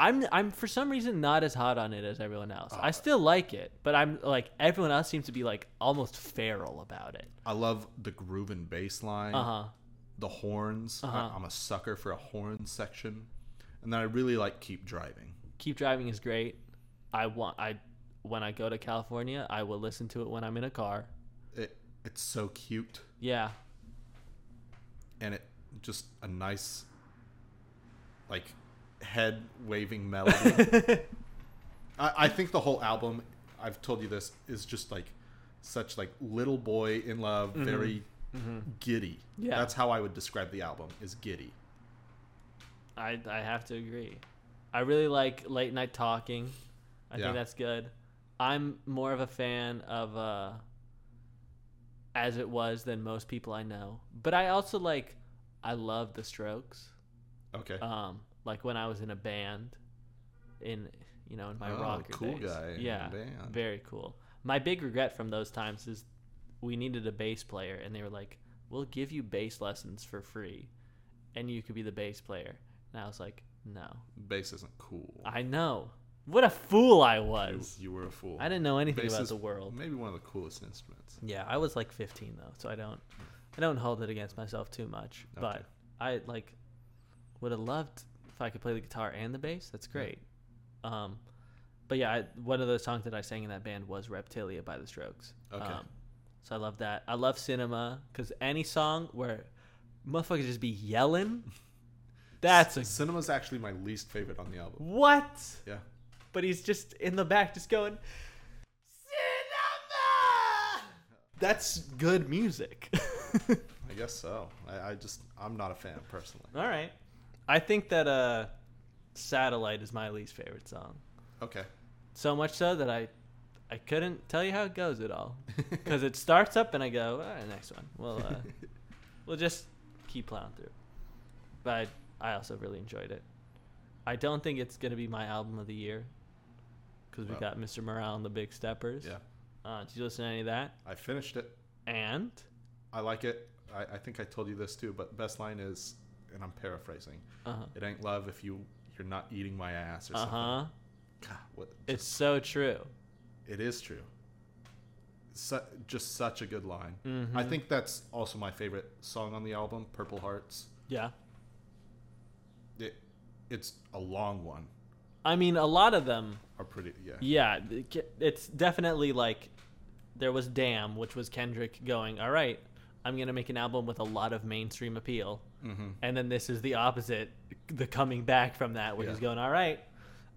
Speaker 2: I'm I'm for some reason not as hot on it as everyone else. I still like it, but I'm like everyone else seems to be like almost feral about it.
Speaker 3: I love the groove and bass line.
Speaker 2: Uh huh.
Speaker 3: The horns.
Speaker 2: Uh-huh.
Speaker 3: I- I'm a sucker for a horn section. And then I really like Keep Driving.
Speaker 2: Keep driving is great. I want I when I go to California, I will listen to it when I'm in a car.
Speaker 3: It It's so cute.
Speaker 2: Yeah.
Speaker 3: And it just a nice, like, head waving melody. I, I think the whole album, I've told you this, is just like such like little boy in love, very giddy.
Speaker 2: Mm-hmm. Yeah.
Speaker 3: That's how I would describe the album is giddy.
Speaker 2: I I have to agree. I really like late night talking. I
Speaker 3: Yeah.
Speaker 2: think that's good. I'm more of a fan of uh as it was than most people I know. But I also like I love the strokes.
Speaker 3: Okay.
Speaker 2: Um like when I was in a band in you know, in my
Speaker 3: Oh,
Speaker 2: rocker
Speaker 3: cool
Speaker 2: days.
Speaker 3: guy in a
Speaker 2: yeah.
Speaker 3: band.
Speaker 2: Very cool. My big regret from those times is we needed a bass player and they were like, "We'll give you bass lessons for free and you could be the bass player." And I was like, "No."
Speaker 3: bass isn't cool.
Speaker 2: I know. What a fool I
Speaker 3: You,
Speaker 2: was.
Speaker 3: you were a fool.
Speaker 2: I didn't know anything
Speaker 3: Bass
Speaker 2: about
Speaker 3: is
Speaker 2: the world.
Speaker 3: Maybe one of the coolest instruments.
Speaker 2: Yeah, I was like 15 though, so I don't I don't hold it against myself too much.
Speaker 3: Okay.
Speaker 2: But I like would have loved if I could play the guitar and the bass. That's great. Um but yeah, I, one of those songs that I sang in that band was Reptilia by the Strokes.
Speaker 3: Okay.
Speaker 2: Um, so I love that. I love cinema cuz any song where motherfuckers just be yelling that's a
Speaker 3: Cinema's actually my least favorite on the album.
Speaker 2: what?
Speaker 3: Yeah.
Speaker 2: but he's just in the back just going cinema that's good music
Speaker 3: I guess so. I, I just I'm not a fan personally.
Speaker 2: all right i think that uh satellite is my least favorite song
Speaker 3: Okay.
Speaker 2: so much so that i i couldn't tell you how it goes at all because it starts up and i go all right next one we'll uh we'll just keep plowing through but i also really enjoyed it i don't think it's gonna be my album of the year because we
Speaker 3: Well.
Speaker 2: got mr morale and the big steppers
Speaker 3: Yeah.
Speaker 2: Uh, did you listen to any of that?
Speaker 3: I finished it.
Speaker 2: And
Speaker 3: I like it. I, I think I told you this too, but best line is, and I'm paraphrasing.
Speaker 2: uh
Speaker 3: It ain't love if you you're not eating my ass or
Speaker 2: huh, uh
Speaker 3: something.
Speaker 2: huh.
Speaker 3: God, what,
Speaker 2: It's so true.
Speaker 3: it is true. Su- just such a good line.
Speaker 2: Mm-hmm.
Speaker 3: I think that's also my favorite song on the album, Purple Hearts.
Speaker 2: Yeah.
Speaker 3: It, it's a long one.
Speaker 2: I mean, a lot of them.
Speaker 3: Are pretty yeah.
Speaker 2: Yeah, it's definitely like there was Damn, which was Kendrick going, "All right, I'm gonna make an album with a lot of mainstream appeal," mm-hmm. and then this is the opposite, the coming back from that, where he's
Speaker 3: Yeah.
Speaker 2: going, "All right,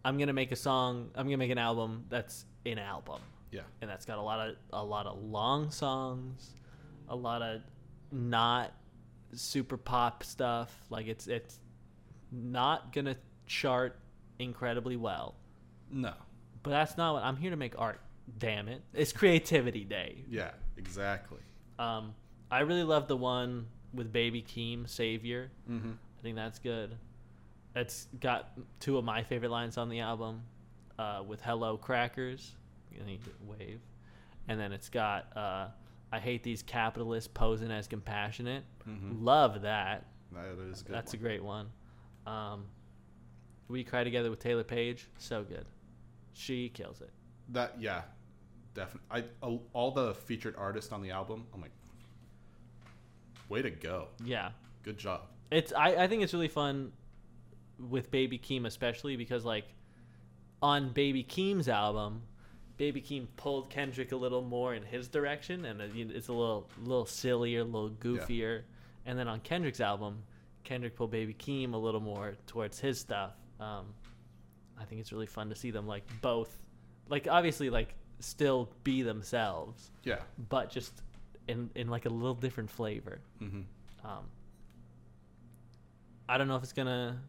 Speaker 2: I'm gonna make a song. I'm gonna make an album that's an album."
Speaker 3: Yeah.
Speaker 2: and that's got a lot of a lot of long songs, a lot of not super pop stuff. Like it's it's not gonna chart incredibly well,
Speaker 3: No.
Speaker 2: but that's not what I'm here to make art. Damn it, it's creativity day.
Speaker 3: Yeah, exactly.
Speaker 2: Um, I really love the one with Baby Keem, Savior. Mm-hmm. I think that's good. It's got two of my favorite lines on the album, uh, with "Hello Crackers," and he did wave, and then it's got uh, "I hate these capitalists posing as compassionate." Love that.
Speaker 3: Mm-hmm. That is a Hmm. good.
Speaker 2: that's
Speaker 3: one.
Speaker 2: a great one. Um, we cry together with Taylor Page. So good. She kills it.
Speaker 3: that yeah, definitely. I a- all the featured artists on the album. I'm like, way to go,
Speaker 2: Yeah.
Speaker 3: good job.
Speaker 2: it's I, I think it's really fun with baby keem especially because like on baby keem's album baby keem pulled kendrick a little more in his direction and it- it's a little little sillier a little goofier and then on kendrick's album kendrick pulled baby keem a little more towards his stuff um, i think it's really fun to see them like both like obviously like still be themselves
Speaker 3: Yeah,
Speaker 2: but just in in like a little different flavor.
Speaker 3: Mm-hmm.
Speaker 2: Um, I don't know if it's gonna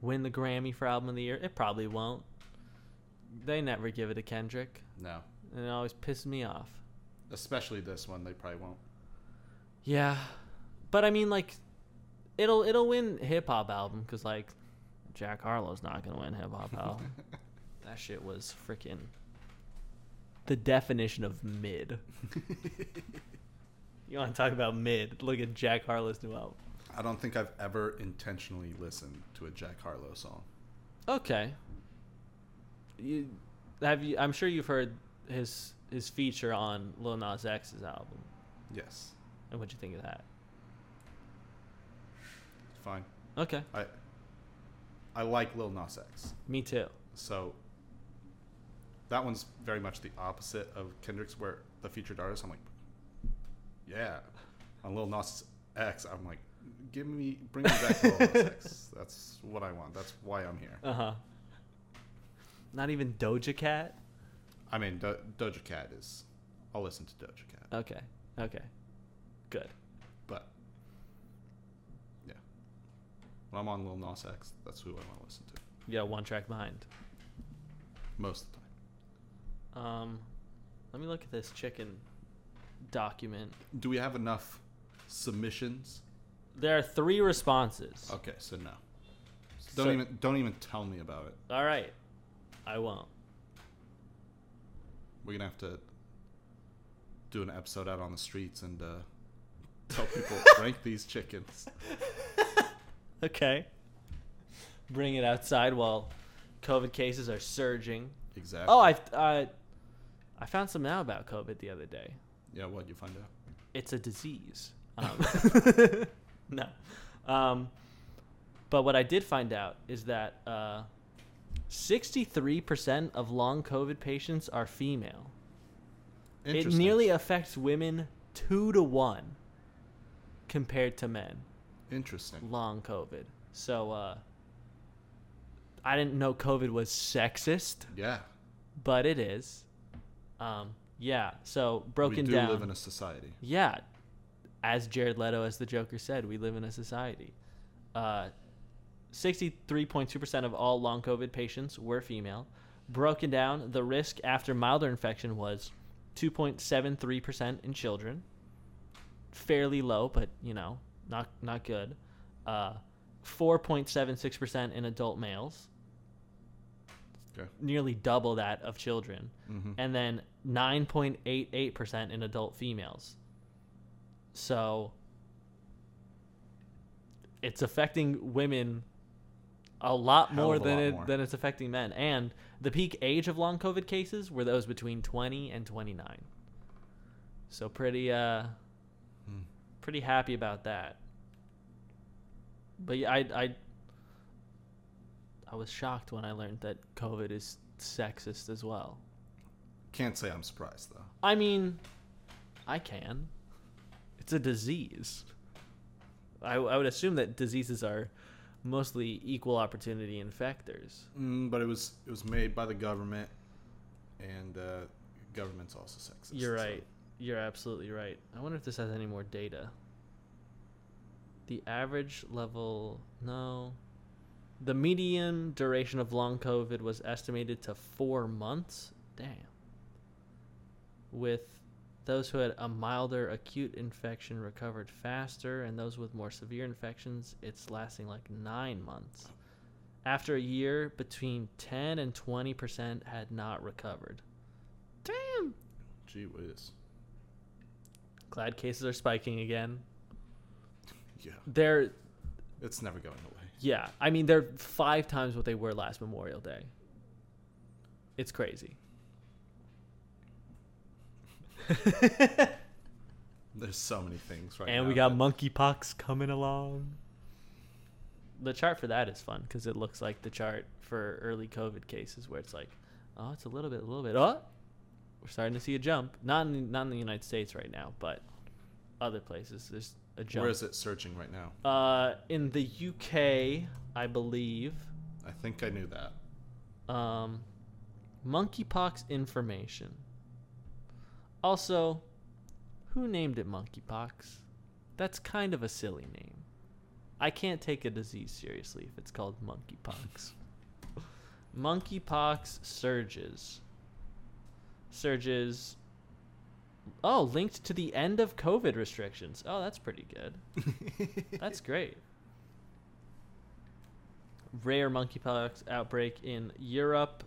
Speaker 2: win the Grammy for album of the year. It probably won't. They never give it to Kendrick,
Speaker 3: no,
Speaker 2: and it always pisses me off.
Speaker 3: especially this one. They probably won't.
Speaker 2: Yeah, but I mean, like, it'll it'll win hip hop album because like, Jack Harlow's not gonna win hip hop album. that shit was freaking the definition of mid. you want to talk about mid? Look at Jack Harlow's new album.
Speaker 3: I don't think I've ever intentionally listened to a Jack Harlow song.
Speaker 2: Okay. You have you? I'm sure you've heard his his feature on Lil Nas X's album.
Speaker 3: Yes,
Speaker 2: And what'd you think of that?
Speaker 3: fine.
Speaker 2: Okay,
Speaker 3: I I like Lil Nas X,
Speaker 2: me too.
Speaker 3: so that one's very much the opposite of Kendrick's, where the featured artist. I'm like, yeah. On Lil Nas X, I'm like, give me, bring me back Lil Nas X. That's what I want. That's why I'm here.
Speaker 2: Uh huh. Not even Doja Cat.
Speaker 3: I mean, Do- Doja Cat is. I'll listen to Doja Cat,
Speaker 2: Okay. Okay. Good.
Speaker 3: but yeah, when I'm on Lil Nas X, that's who I want to listen to
Speaker 2: Yeah, one track behind.
Speaker 3: most of the time.
Speaker 2: Um, let me look at this chicken document.
Speaker 3: Do we have enough submissions?
Speaker 2: There are three responses.
Speaker 3: Okay, so no. Don't
Speaker 2: So-
Speaker 3: even don't even tell me about it.
Speaker 2: All right. I won't.
Speaker 3: We're gonna have to do an episode out on the streets and uh, tell people rank these chickens.
Speaker 2: Okay. Bring it outside while COVID cases are surging.
Speaker 3: Exactly.
Speaker 2: Oh, I uh, I found some now about COVID the other day.
Speaker 3: yeah. What you find out?
Speaker 2: it's a disease. Um, no. Um, but what I did find out is that uh, 63% of long COVID patients are female. It
Speaker 3: Interesting.
Speaker 2: nearly uh, affects women two to one compared to men,
Speaker 3: interesting.
Speaker 2: long COVID. So uh, I didn't know COVID was sexist,
Speaker 3: Yeah.
Speaker 2: but it is. Um, yeah, so broken
Speaker 3: we do
Speaker 2: down.
Speaker 3: live in a society.
Speaker 2: Yeah, as Jared Leto as the Joker said, we live in a society. Uh, 63.2% of all long COVID patients were female. Broken down, the risk after milder infection was 2.73% in children. Fairly low, but you know, not not good. Uh, 4.76% in adult males.
Speaker 3: Okay.
Speaker 2: Nearly double that of children
Speaker 3: hmm
Speaker 2: and then 9.88% in adult females. So it's affecting women a lot
Speaker 3: Hell
Speaker 2: more
Speaker 3: of a
Speaker 2: than
Speaker 3: lot
Speaker 2: it,
Speaker 3: more.
Speaker 2: than it's affecting men. And the peak age of long COVID cases were those between 20 and 29. So pretty uh
Speaker 3: Hmm.
Speaker 2: pretty happy about that. But yeah, I I I was shocked when I learned that COVID is sexist as well.
Speaker 3: Can't say I'm surprised though.
Speaker 2: I mean, I can. It's a disease. I, I would assume that diseases are mostly equal opportunity infectors.
Speaker 3: Mm, but it was it was made by the government, and uh, government's also sexist.
Speaker 2: You're
Speaker 3: so-
Speaker 2: right. You're absolutely right. I wonder if this has any more data. The average level, no. The median duration of long COVID was estimated to four months. Damn. With those who had a milder acute infection recovered faster, and those with more severe infections, it's lasting like nine months. After a year, between 10 and 20% had not recovered. Damn!
Speaker 3: Gee whiz.
Speaker 2: Glad cases are spiking again.
Speaker 3: Yeah.
Speaker 2: They're
Speaker 3: It's never going away.
Speaker 2: yeah, I mean they're five times what they were last Memorial Day. It's crazy.
Speaker 3: There's so many things right now.
Speaker 2: and we got
Speaker 3: that-
Speaker 2: monkeypox coming along. The chart for that is fun because it looks like the chart for early COVID cases where it's like, oh, it's a little bit, a little bit. Oh, we're starting to see a jump. Not in, not in the United States right now, but other places there's a jump.
Speaker 3: Where is it searching right now?
Speaker 2: Uh, in the UK, I believe.
Speaker 3: I think I knew that.
Speaker 2: um, monkeypox information. Also, who named it monkeypox? That's kind of a silly name. I can't take a disease seriously if it's called monkeypox. monkeypox surges. Surges. Oh, linked to the end of COVID restrictions. Oh, that's pretty good. That's great. Rare monkeypox outbreak in Europe,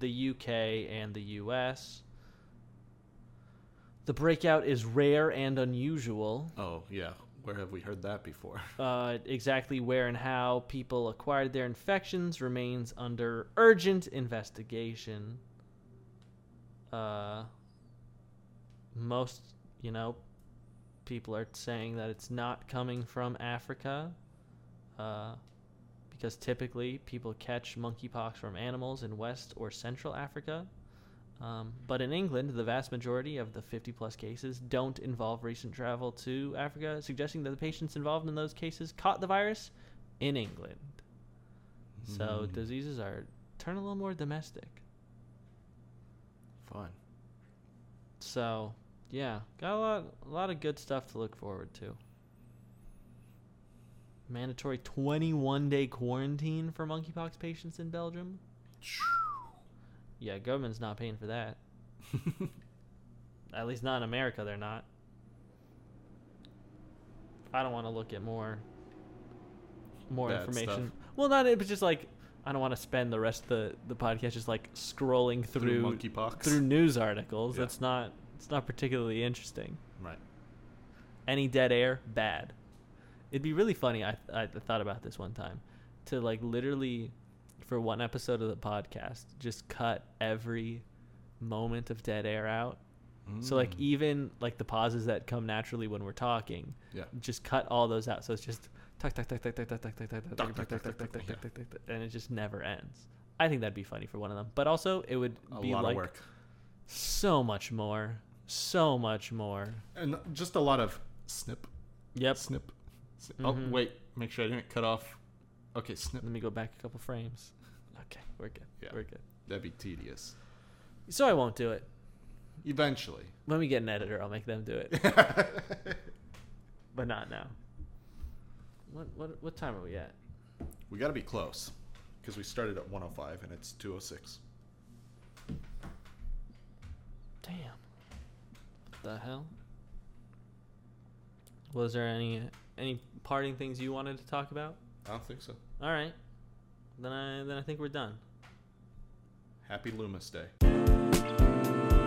Speaker 2: the UK, and the US. The breakout is rare and unusual.
Speaker 3: oh yeah. Where have we heard that before?
Speaker 2: Uh, exactly where and how people acquired their infections remains under urgent investigation. Uh, most, you know, people are saying that it's not coming from Africa. Uh, because typically people catch monkeypox from animals in West or Central Africa. Um, but in England, the vast majority of the 50 plus cases don't involve recent travel to Africa, suggesting that the patients involved in those cases caught the virus in England. So
Speaker 3: Mm.
Speaker 2: diseases are turn a little more domestic.
Speaker 3: Fun.
Speaker 2: So yeah, got a lot, a lot of good stuff to look forward to. Mandatory 21 day quarantine for monkeypox patients in Belgium. Yeah, government's not paying for that. At least not in America, they're not. I don't want to look at more more
Speaker 3: Bad
Speaker 2: information.
Speaker 3: stuff.
Speaker 2: Well, not it, but just like I don't want to spend the rest of the, the podcast just like scrolling
Speaker 3: Through,
Speaker 2: through
Speaker 3: monkeypox.
Speaker 2: through news articles.
Speaker 3: Yeah.
Speaker 2: That's not it's not particularly interesting.
Speaker 3: Right.
Speaker 2: Any dead air, bad. It'd be really funny. I I thought about this one time to like literally for one episode of the podcast just cut every moment of dead air out. So like
Speaker 3: Mm.
Speaker 2: even like the pauses that come naturally when we're talking,
Speaker 3: Yeah.
Speaker 2: just cut all those out. So it's just tuck tuck tuck tuck tuck tuck tuck tuck tuck tuck tuck tuck tuck tuck tuck tuck tuck and it just never ends. I think that'd be funny for one of them. But also it would
Speaker 3: A
Speaker 2: be
Speaker 3: lot
Speaker 2: like
Speaker 3: of work.
Speaker 2: so much more. So much more.
Speaker 3: And just a lot of snip,
Speaker 2: Yep. Mm-hmm.
Speaker 3: snip. snip. Oh wait, make sure I didn't cut off. Okay, snip.
Speaker 2: Let me go back a couple frames. Okay, we're good.
Speaker 3: Yeah.
Speaker 2: We're good.
Speaker 3: That'd be tedious.
Speaker 2: So I won't do it.
Speaker 3: Eventually.
Speaker 2: When we get an editor, I'll make them do it. but not now. What what what time are we at?
Speaker 3: We got to be close because we started at 105 and it's 206.
Speaker 2: Damn. What the hell? Was there any any parting things you wanted to talk about?
Speaker 3: I don't think so.
Speaker 2: All right. Then I then I think we're done.
Speaker 3: Happy Loomis Day.